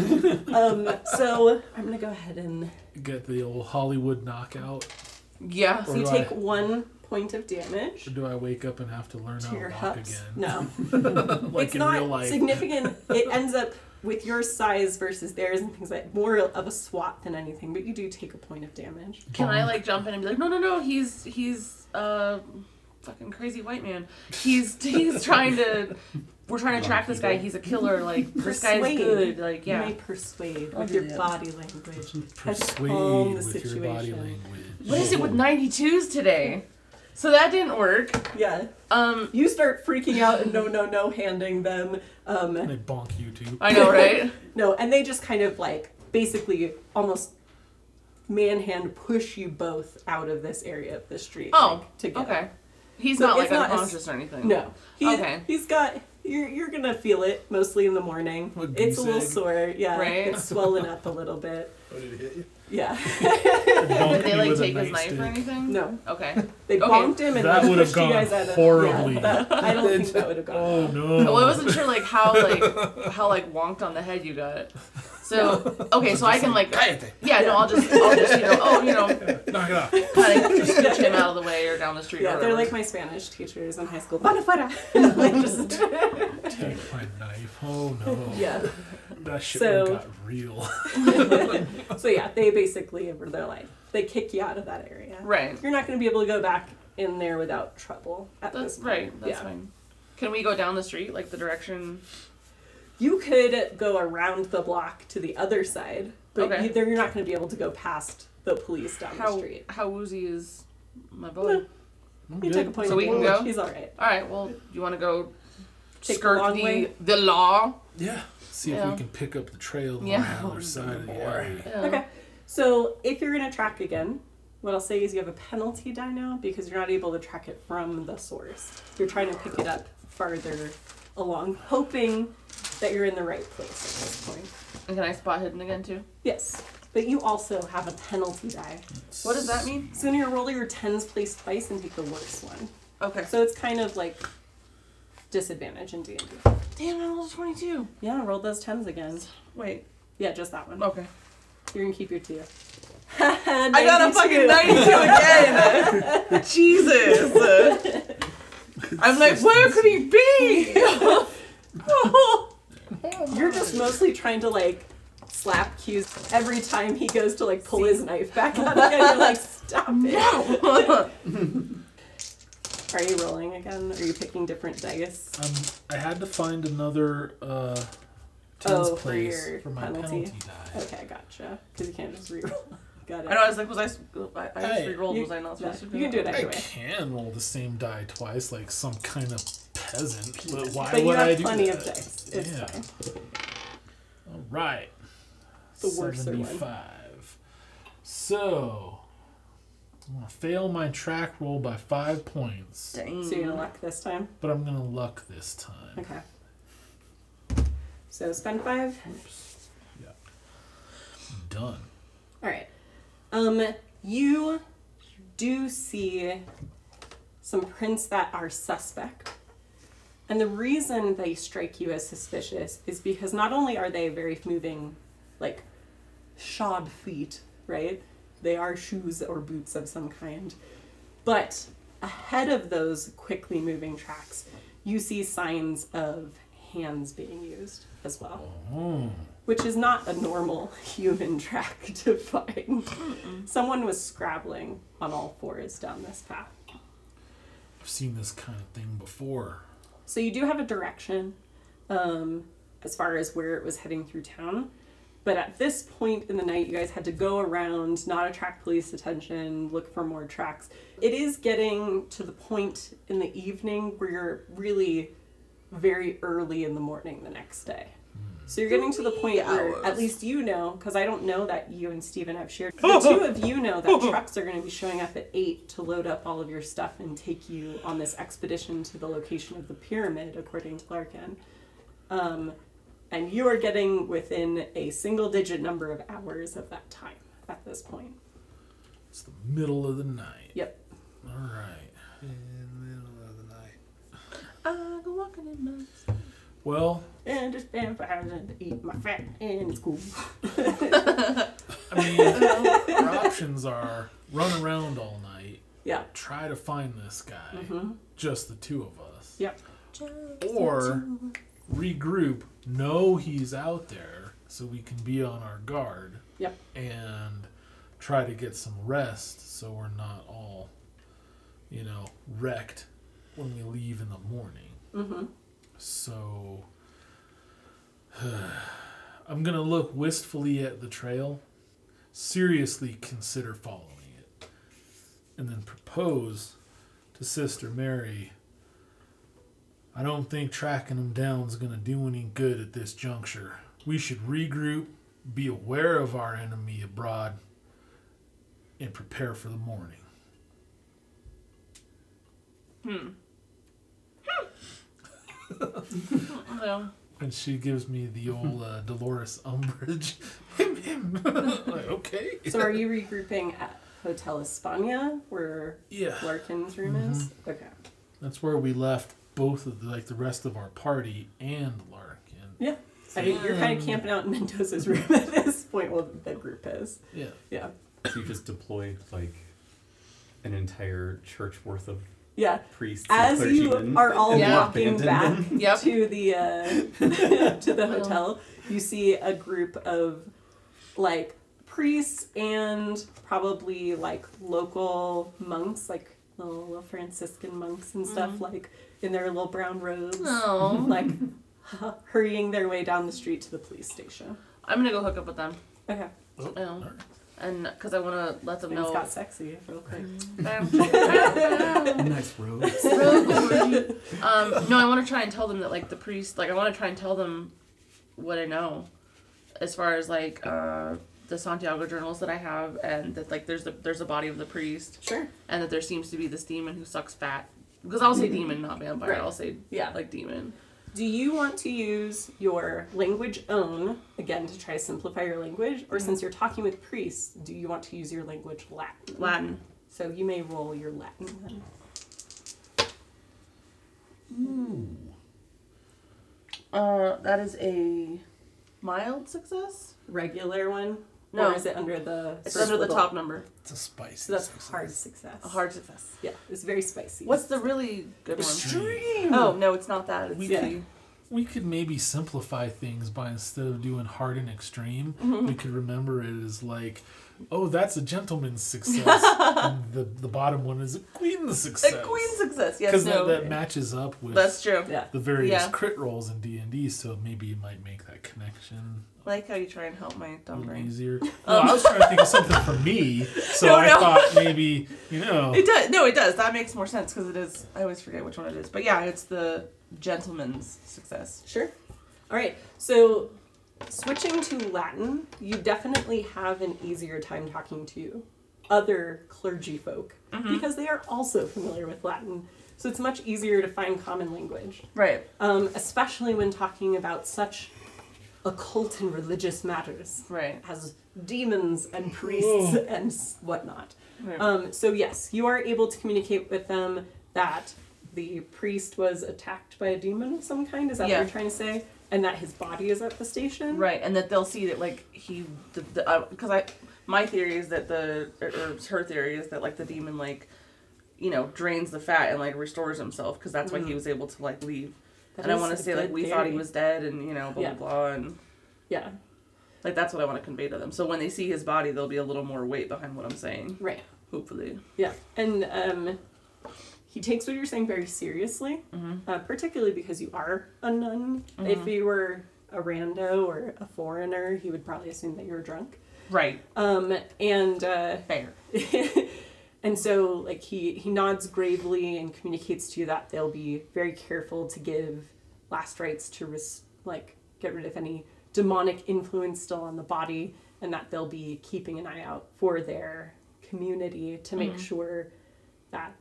[SPEAKER 1] um, so I'm gonna go ahead and
[SPEAKER 2] Get the old Hollywood knockout,
[SPEAKER 3] Yeah.
[SPEAKER 1] so you
[SPEAKER 2] Alright.
[SPEAKER 1] take one point of damage
[SPEAKER 2] or do I wake up and have to learn
[SPEAKER 1] to
[SPEAKER 2] how
[SPEAKER 1] your
[SPEAKER 2] to
[SPEAKER 1] hups.
[SPEAKER 2] walk again?
[SPEAKER 1] No,
[SPEAKER 2] Like
[SPEAKER 1] it's
[SPEAKER 2] in
[SPEAKER 1] not
[SPEAKER 2] real life.
[SPEAKER 1] significant. It ends up with your size versus theirs and things like more of a swat than anything, but you do take a point of damage.
[SPEAKER 3] Can I
[SPEAKER 2] Bonk.
[SPEAKER 3] like jump in and be like, no, no, no, he's he's uh fucking crazy white man. He's he's trying to we're trying to track this guy. He's a killer. Like this guy's
[SPEAKER 1] Persuade.
[SPEAKER 3] good. Like
[SPEAKER 1] You
[SPEAKER 3] yeah.
[SPEAKER 1] may persuade
[SPEAKER 3] I'll
[SPEAKER 1] with
[SPEAKER 3] do
[SPEAKER 1] your
[SPEAKER 3] that.
[SPEAKER 1] body language. Has
[SPEAKER 2] Persuade
[SPEAKER 1] calmed the
[SPEAKER 2] with your body
[SPEAKER 1] situation.
[SPEAKER 2] language.
[SPEAKER 3] What is it with 92s today? So that didn't work.
[SPEAKER 1] Yeah.
[SPEAKER 3] Um,
[SPEAKER 1] You start freaking out and no, no, no, handing them. Um,
[SPEAKER 2] They bonk you too.
[SPEAKER 3] I know, right?
[SPEAKER 1] no, and they just kind of like basically almost manhand push you both out of this area of the street.
[SPEAKER 3] Oh,
[SPEAKER 1] like, to get
[SPEAKER 3] okay. He's
[SPEAKER 1] So
[SPEAKER 3] not
[SPEAKER 1] it's
[SPEAKER 3] like
[SPEAKER 1] not as-
[SPEAKER 3] unconscious or anything.
[SPEAKER 1] No. He,
[SPEAKER 3] Okay.
[SPEAKER 1] He's got. You're, you're gonna feel it mostly in the morning.
[SPEAKER 2] A
[SPEAKER 1] it's
[SPEAKER 2] goose
[SPEAKER 1] a little
[SPEAKER 2] egg.
[SPEAKER 1] sore. Yeah.
[SPEAKER 3] Right?
[SPEAKER 1] It's swollen up a little bit.
[SPEAKER 5] Oh, did it hit you?
[SPEAKER 1] Yeah.
[SPEAKER 2] Bonk
[SPEAKER 3] Did they
[SPEAKER 2] me
[SPEAKER 3] like
[SPEAKER 2] with a
[SPEAKER 3] take his knife or
[SPEAKER 2] nightstick.
[SPEAKER 3] anything?
[SPEAKER 1] No.
[SPEAKER 3] Okay.
[SPEAKER 1] They
[SPEAKER 3] Okay.
[SPEAKER 1] bonked him and like,
[SPEAKER 2] That would've
[SPEAKER 1] pushed
[SPEAKER 2] gone
[SPEAKER 1] you guys out of
[SPEAKER 2] horribly.
[SPEAKER 1] Yeah, that- I don't think that would have gone.
[SPEAKER 2] Oh no!
[SPEAKER 3] Well, I wasn't sure like how like how like wonked on the head you got. So okay, so I can like
[SPEAKER 5] Cállate.
[SPEAKER 3] yeah, no, I'll just I'll just you know oh you know
[SPEAKER 2] Knock it off.
[SPEAKER 3] kind of scooch him out of the way or down the street.
[SPEAKER 1] Yeah,
[SPEAKER 3] or
[SPEAKER 1] they're like
[SPEAKER 3] whatever.
[SPEAKER 1] my Spanish teachers in high school. Para fuera. like just
[SPEAKER 2] Take my knife. Oh no!
[SPEAKER 1] yeah.
[SPEAKER 2] That shit
[SPEAKER 1] So-
[SPEAKER 2] got real.
[SPEAKER 1] So yeah, they basically were their life. They kick you out of that area.
[SPEAKER 3] right.
[SPEAKER 1] You're not going to be able to go back in there without trouble. At this
[SPEAKER 3] That's
[SPEAKER 1] point.
[SPEAKER 3] right. That's
[SPEAKER 1] Yeah.
[SPEAKER 3] fine. Can we go down the street like the direction?
[SPEAKER 1] You could go around the block to the other side, but
[SPEAKER 3] Okay.
[SPEAKER 1] you, there, you're not going to be able to go past the police down the
[SPEAKER 3] How
[SPEAKER 1] street.
[SPEAKER 3] how woozy is my boy?
[SPEAKER 1] No. You took a
[SPEAKER 2] Good.
[SPEAKER 1] point.
[SPEAKER 3] So
[SPEAKER 1] of
[SPEAKER 3] we can
[SPEAKER 1] damage.
[SPEAKER 3] go?
[SPEAKER 1] He's all right.
[SPEAKER 3] All right. Well, you want to go
[SPEAKER 1] Take the
[SPEAKER 3] skirt
[SPEAKER 1] long
[SPEAKER 3] the
[SPEAKER 1] way?
[SPEAKER 3] the law?
[SPEAKER 2] Yeah. See if
[SPEAKER 3] Yeah.
[SPEAKER 2] we can pick up the trail on
[SPEAKER 3] Yeah.
[SPEAKER 2] the other side of the
[SPEAKER 5] Boy.
[SPEAKER 2] area.
[SPEAKER 3] Yeah.
[SPEAKER 1] Okay. So if you're going to track again, What I'll say is you have a penalty die now because you're not able to track it from the source. You're trying to pick it up farther along, hoping that you're in the right place at this point.
[SPEAKER 3] And can I spot hidden again too?
[SPEAKER 1] Yes, but you also have a penalty die.
[SPEAKER 3] What does that mean?
[SPEAKER 1] So when you roll your tens, place twice and take the worst one.
[SPEAKER 3] Okay.
[SPEAKER 1] So it's kind of like disadvantage in D and D.
[SPEAKER 3] Damn, I rolled a 22.
[SPEAKER 1] Yeah, roll those tens again.
[SPEAKER 3] Wait.
[SPEAKER 1] Yeah, just that one.
[SPEAKER 3] Okay.
[SPEAKER 1] You're gonna keep your two.
[SPEAKER 3] Oh. I got a fucking 92 again. Jesus. I'm like, where could he be?
[SPEAKER 1] You're just mostly trying to like slap Q's every time he goes to like pull his knife back out again. You're like, stop it. Are you rolling again? Are you picking different dice?
[SPEAKER 2] Um, I had to find another uh,
[SPEAKER 1] Oh,
[SPEAKER 2] tens
[SPEAKER 1] for
[SPEAKER 2] place
[SPEAKER 1] your
[SPEAKER 2] for my
[SPEAKER 1] penalty. Oh,
[SPEAKER 2] penalty, die.
[SPEAKER 1] Okay, gotcha. Because you can't just reroll. Got it.
[SPEAKER 3] I know, I was like, was I, s- I, I just
[SPEAKER 2] Hey.
[SPEAKER 3] re-rolled,
[SPEAKER 1] You-
[SPEAKER 3] was I not
[SPEAKER 1] no,
[SPEAKER 3] supposed to
[SPEAKER 1] you can do it
[SPEAKER 3] that?
[SPEAKER 2] I
[SPEAKER 1] anyway.
[SPEAKER 2] can roll the same die twice, like some kind of peasant. But why
[SPEAKER 1] But you
[SPEAKER 2] would I
[SPEAKER 1] have
[SPEAKER 2] do
[SPEAKER 1] plenty
[SPEAKER 2] that?
[SPEAKER 1] of dice. It's
[SPEAKER 2] Yeah.
[SPEAKER 1] fine.
[SPEAKER 2] All right.
[SPEAKER 1] The worser one.
[SPEAKER 2] Seventy-five. So I'm gonna fail my track roll by five points,
[SPEAKER 3] Dang.
[SPEAKER 1] So you're gonna luck this time.
[SPEAKER 2] but I'm gonna luck this time.
[SPEAKER 1] Okay. So spend five.
[SPEAKER 2] Done.
[SPEAKER 1] All right. Um, you do see some prints that are suspect. And the reason they strike you as suspicious is because not only are they very moving, like shod feet, right? They are shoes or boots of some kind. But ahead of those quickly moving tracks, you see signs of hands being used as well
[SPEAKER 2] Mm.
[SPEAKER 1] which is not a normal human track to find. Someone was scrabbling on all fours down this path.
[SPEAKER 2] I've seen this kind of thing before.
[SPEAKER 1] So you do have a direction um, as far as where it was heading through town. But at this point in the night, you guys had to go around, not attract police attention, look for more tracks. It is getting to the point in the evening where you're really very early in the morning the next day. So you're getting to the point where at least you know, because I don't know that you and Steven have shared. The two of you know that trucks are going to be showing up at 8 to load up all of your stuff and take you on this expedition to the location of the pyramid, according to Larkin. Um, and you are getting within a single digit number of hours of that time at this point.
[SPEAKER 2] It's the middle of the night.
[SPEAKER 1] Yep.
[SPEAKER 2] All right.
[SPEAKER 5] In the middle of the night.
[SPEAKER 3] I go walking in my...
[SPEAKER 2] Well,
[SPEAKER 1] And just been for hours and eat my fat and it's cool.
[SPEAKER 2] I mean, our options are run around all night,
[SPEAKER 1] Yeah.
[SPEAKER 2] try to find this guy, just the two of us,
[SPEAKER 1] Mm-hmm. Yep.
[SPEAKER 2] or regroup, know he's out there so we can be on our guard
[SPEAKER 1] Yep.
[SPEAKER 2] and try to get some rest so we're not all, you know, wrecked when we leave in the morning.
[SPEAKER 1] Mm-hmm.
[SPEAKER 2] So I'm gonna look wistfully at the trail, seriously consider following it, and then propose to Sister Mary. I don't think tracking them down is gonna do any good at this juncture. We should regroup, be aware of our enemy abroad, and prepare for the morning.
[SPEAKER 3] No.
[SPEAKER 2] And she gives me the old uh, Dolores Umbridge. him, him. like, okay.
[SPEAKER 1] So are you regrouping at Hotel Espana where
[SPEAKER 2] Yeah.
[SPEAKER 1] Larkin's room is? Okay.
[SPEAKER 2] That's where we left both of the, like the rest of our party and Larkin.
[SPEAKER 1] Yeah. I mean, you're kind of camping out in Mendoza's room at this point. Well, the group is.
[SPEAKER 2] Yeah.
[SPEAKER 1] Yeah.
[SPEAKER 4] So you just deployed like an entire church worth of
[SPEAKER 1] Yeah.
[SPEAKER 4] priests and
[SPEAKER 1] As you
[SPEAKER 4] clergymen
[SPEAKER 1] are all
[SPEAKER 4] and then
[SPEAKER 3] Yeah.
[SPEAKER 1] walking
[SPEAKER 4] abandoned
[SPEAKER 1] back
[SPEAKER 4] them.
[SPEAKER 3] Yep.
[SPEAKER 1] to the uh, to the hotel, you see a group of like priests and probably like local monks, like little, little Franciscan monks and stuff,
[SPEAKER 3] Mm-hmm.
[SPEAKER 1] like in their little brown robes,
[SPEAKER 3] No.
[SPEAKER 1] like hurrying their way down the street to the police station.
[SPEAKER 3] I'm gonna go hook up with them.
[SPEAKER 1] Okay,
[SPEAKER 3] Oh. And because I want to let them
[SPEAKER 1] things
[SPEAKER 3] know.
[SPEAKER 1] got sexy real quick.
[SPEAKER 4] Nice robes.
[SPEAKER 3] um, no, I want to try and tell them that like the priest, like I want to try and tell them what I know, as far as like uh, the Santiago journals that I have, and that like there's the there's a body of the priest,
[SPEAKER 1] Sure.
[SPEAKER 3] and that there seems to be this demon who sucks fat. Because I'll say demon, not vampire.
[SPEAKER 1] Mm-hmm. Right.
[SPEAKER 3] I'll say
[SPEAKER 1] Yeah.
[SPEAKER 3] like demon.
[SPEAKER 1] Do you want to use your language own, again, to try to simplify your language? Or since you're talking with priests, do you want to use your language Latin?
[SPEAKER 3] Latin.
[SPEAKER 1] So you may roll your Latin. then.
[SPEAKER 3] Uh, that is a mild success.
[SPEAKER 1] Regular one?
[SPEAKER 3] No.
[SPEAKER 1] Or is it under the.
[SPEAKER 3] It's
[SPEAKER 1] first
[SPEAKER 3] under the
[SPEAKER 1] level?
[SPEAKER 3] top number.
[SPEAKER 5] It's a spicy.
[SPEAKER 1] So that's
[SPEAKER 5] success.
[SPEAKER 1] hard success.
[SPEAKER 3] A hard success.
[SPEAKER 1] Yeah, it's very spicy.
[SPEAKER 3] What's the really good one?
[SPEAKER 2] Extreme.
[SPEAKER 3] Oh no, it's not that. It's
[SPEAKER 2] We-
[SPEAKER 1] Yeah.
[SPEAKER 3] the
[SPEAKER 2] We could maybe simplify things by instead of doing hard and extreme, we could remember it as like, oh, that's a gentleman's success. and the the bottom one is a queen's success.
[SPEAKER 3] a queen success. Yes,
[SPEAKER 2] Because
[SPEAKER 3] no.
[SPEAKER 2] that, that matches up with
[SPEAKER 3] That's true.
[SPEAKER 1] Yeah.
[SPEAKER 2] the various
[SPEAKER 3] Yeah.
[SPEAKER 2] crit rolls in D and D, so maybe you might make that connection
[SPEAKER 3] I like how you try and help my
[SPEAKER 2] a
[SPEAKER 3] dumb
[SPEAKER 2] little
[SPEAKER 3] brain.
[SPEAKER 2] easier. No, I was trying to think of something for me, so
[SPEAKER 3] No,
[SPEAKER 2] I
[SPEAKER 3] no.
[SPEAKER 2] thought maybe you know.
[SPEAKER 3] It does. No, it does. That makes more sense because it is. I always forget which one it is. But yeah, it's the gentleman's success.
[SPEAKER 1] Sure. All right. So, switching to Latin, you definitely have an easier time talking to other clergy folk because they are also familiar with Latin. So, it's much easier to find common language,
[SPEAKER 3] Right.
[SPEAKER 1] um, especially when talking about such occult and religious matters
[SPEAKER 3] Right.
[SPEAKER 1] as demons and priests and s- whatnot.
[SPEAKER 3] Right.
[SPEAKER 1] Um, so yes, you are able to communicate with them that the priest was attacked by a demon of some kind. Is that
[SPEAKER 3] Yeah.
[SPEAKER 1] what you're trying to say? And that his body is at the station.
[SPEAKER 3] Right, and that they'll see that like he the because I my theory is that the or- or her theory is that like the demon like you know drains the fat and like restores himself because that's why he was able to like leave.
[SPEAKER 1] That
[SPEAKER 3] and I
[SPEAKER 1] is
[SPEAKER 3] want
[SPEAKER 1] a
[SPEAKER 3] to say like
[SPEAKER 1] good
[SPEAKER 3] we thought he
[SPEAKER 1] theory.
[SPEAKER 3] was dead and you know blah
[SPEAKER 1] Yeah.
[SPEAKER 3] blah blah and
[SPEAKER 1] Yeah.
[SPEAKER 3] like that's what I want to convey to them. So when they see his body, there'll be a little more weight behind what I'm saying.
[SPEAKER 1] Right.
[SPEAKER 3] Hopefully,
[SPEAKER 1] Yeah. And um, he takes what you're saying very seriously,
[SPEAKER 3] Mm-hmm.
[SPEAKER 1] uh, particularly because you are a nun. If you were a rando or a foreigner, he would probably assume that you're drunk.
[SPEAKER 3] right,
[SPEAKER 1] Um, and uh,
[SPEAKER 3] fair,
[SPEAKER 1] and so like he he nods gravely and communicates to you that they'll be very careful to give last rites to res- like get rid of any demonic influence still on the body and that they'll be keeping an eye out for their community to make sure that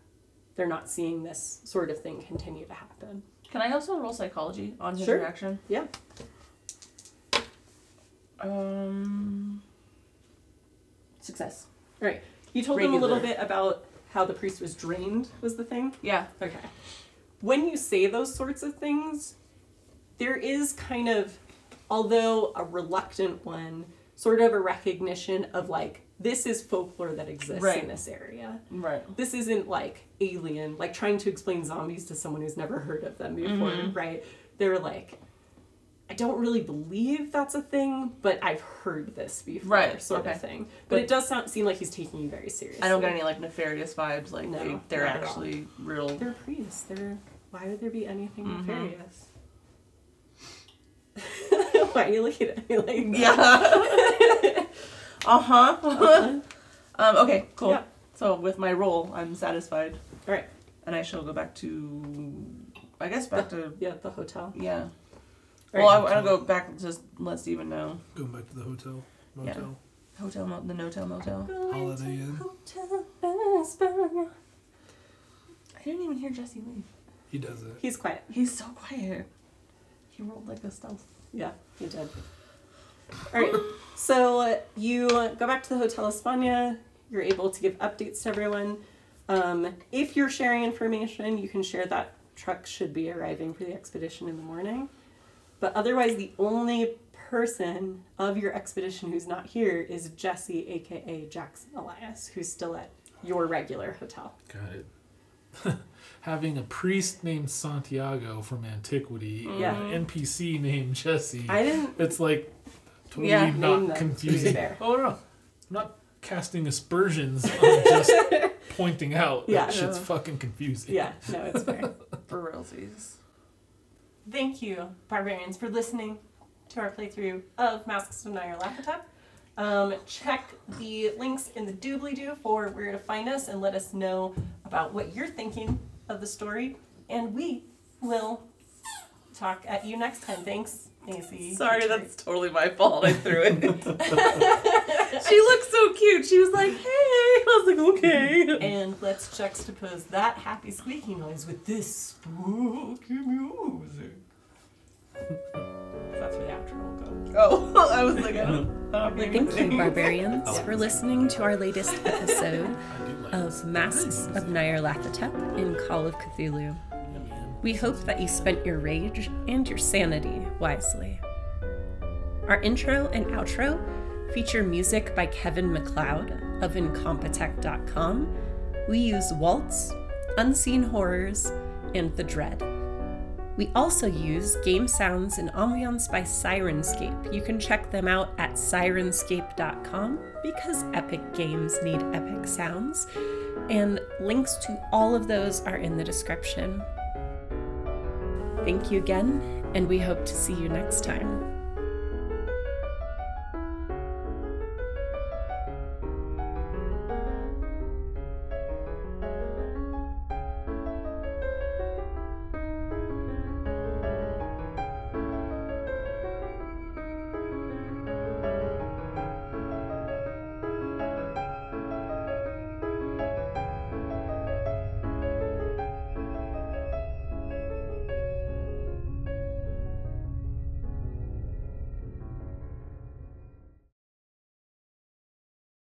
[SPEAKER 1] they're not seeing this sort of thing continue to happen
[SPEAKER 3] Can I also roll psychology on his
[SPEAKER 1] Sure.
[SPEAKER 3] reaction?
[SPEAKER 1] yeah
[SPEAKER 3] Um, success.
[SPEAKER 1] all right you told them a little
[SPEAKER 3] Regular.
[SPEAKER 1] bit about how the priest was drained was the thing
[SPEAKER 3] Yeah,
[SPEAKER 1] Okay. When you say those sorts of things, there is kind of, although a reluctant one, sort of a recognition of like, this is folklore that exists
[SPEAKER 3] Right.
[SPEAKER 1] in this area.
[SPEAKER 3] right.
[SPEAKER 1] This isn't like alien, like trying to explain zombies to someone who's never heard of them before,
[SPEAKER 3] Mm-hmm.
[SPEAKER 1] right? They're like, I don't really believe that's a thing, but I've heard this before,
[SPEAKER 3] Right,
[SPEAKER 1] sort
[SPEAKER 3] okay.
[SPEAKER 1] of thing. But,
[SPEAKER 3] But-
[SPEAKER 1] it does sound, seem like he's taking you very seriously.
[SPEAKER 3] I don't get any like nefarious vibes. Like
[SPEAKER 1] No,
[SPEAKER 3] they, they're
[SPEAKER 1] not at all.
[SPEAKER 3] actually real.
[SPEAKER 1] They're priests. They're why would there be anything
[SPEAKER 3] Mm-hmm.
[SPEAKER 1] nefarious? why are you looking at me like that?
[SPEAKER 3] Yeah. uh huh. um, okay. Cool.
[SPEAKER 1] Yeah.
[SPEAKER 3] So with my role, I'm satisfied,
[SPEAKER 1] All right.
[SPEAKER 3] and I shall go back to, I guess back to
[SPEAKER 1] Yeah, the hotel.
[SPEAKER 3] yeah.
[SPEAKER 1] All
[SPEAKER 3] Well, I, I'll go back. Just let Steven know.
[SPEAKER 5] Going back to the hotel, motel,
[SPEAKER 3] Hotel, mo- the no-tell motel.
[SPEAKER 5] Holiday Inn.
[SPEAKER 3] I didn't even hear Jesse leave.
[SPEAKER 5] He does it.
[SPEAKER 1] He's quiet.
[SPEAKER 3] He's so quiet. He rolled like a stealth.
[SPEAKER 1] Yeah, he did. All right. So uh, you uh, go back to the Hotel España. You're able to give updates to everyone. Um, if you're sharing information, you can share that truck should be arriving for the expedition in the morning. But otherwise, the only person of your expedition who's not here is Jesse, aka Jackson Elias, who's still at your regular hotel.
[SPEAKER 2] Got it. Having a priest named Santiago from antiquity,
[SPEAKER 1] Yeah.
[SPEAKER 2] and an NPC named Jesse.
[SPEAKER 1] I didn't
[SPEAKER 2] It's like totally
[SPEAKER 3] Yeah,
[SPEAKER 1] name them,
[SPEAKER 2] not
[SPEAKER 1] to be
[SPEAKER 2] confusing.
[SPEAKER 1] fair.
[SPEAKER 2] Oh no, I'm not casting aspersions. I'm just pointing out
[SPEAKER 1] Yeah.
[SPEAKER 2] that shit's
[SPEAKER 3] Yeah.
[SPEAKER 2] fucking confusing.
[SPEAKER 1] Yeah, no, it's fair.
[SPEAKER 3] For realsies.
[SPEAKER 1] Thank you, barbarians, for listening to our playthrough of Masks of Nire Lapitop. Um, check the links in the doobly doo for where to find us and let us know about what you're thinking of the story. And we will talk at you next time. Thanks
[SPEAKER 8] AC.
[SPEAKER 3] Sorry, that's totally my fault. I threw it. she looked so cute. She was like, "Hey," I was like, "Okay."
[SPEAKER 8] And let's juxtapose that happy squeaky noise with this spooky music. That's where the outro will go.
[SPEAKER 3] Oh, I was like, I don't. I don't know.
[SPEAKER 1] Thank you, Oh. barbarians, for listening to our latest episode of Masks of Nyarlathotep in Call of Cthulhu. We hope that you spent your rage and your sanity wisely. Our intro and outro feature music by Kevin McLeod of Incompetech.com. We use Waltz, Unseen Horrors, and The Dread. We also use game sounds and ambiance by Sirenscape. You can check them out at sirenscape.com because epic games need epic sounds. And links to all of those are in the description. Thank you again, and we hope to see you next time.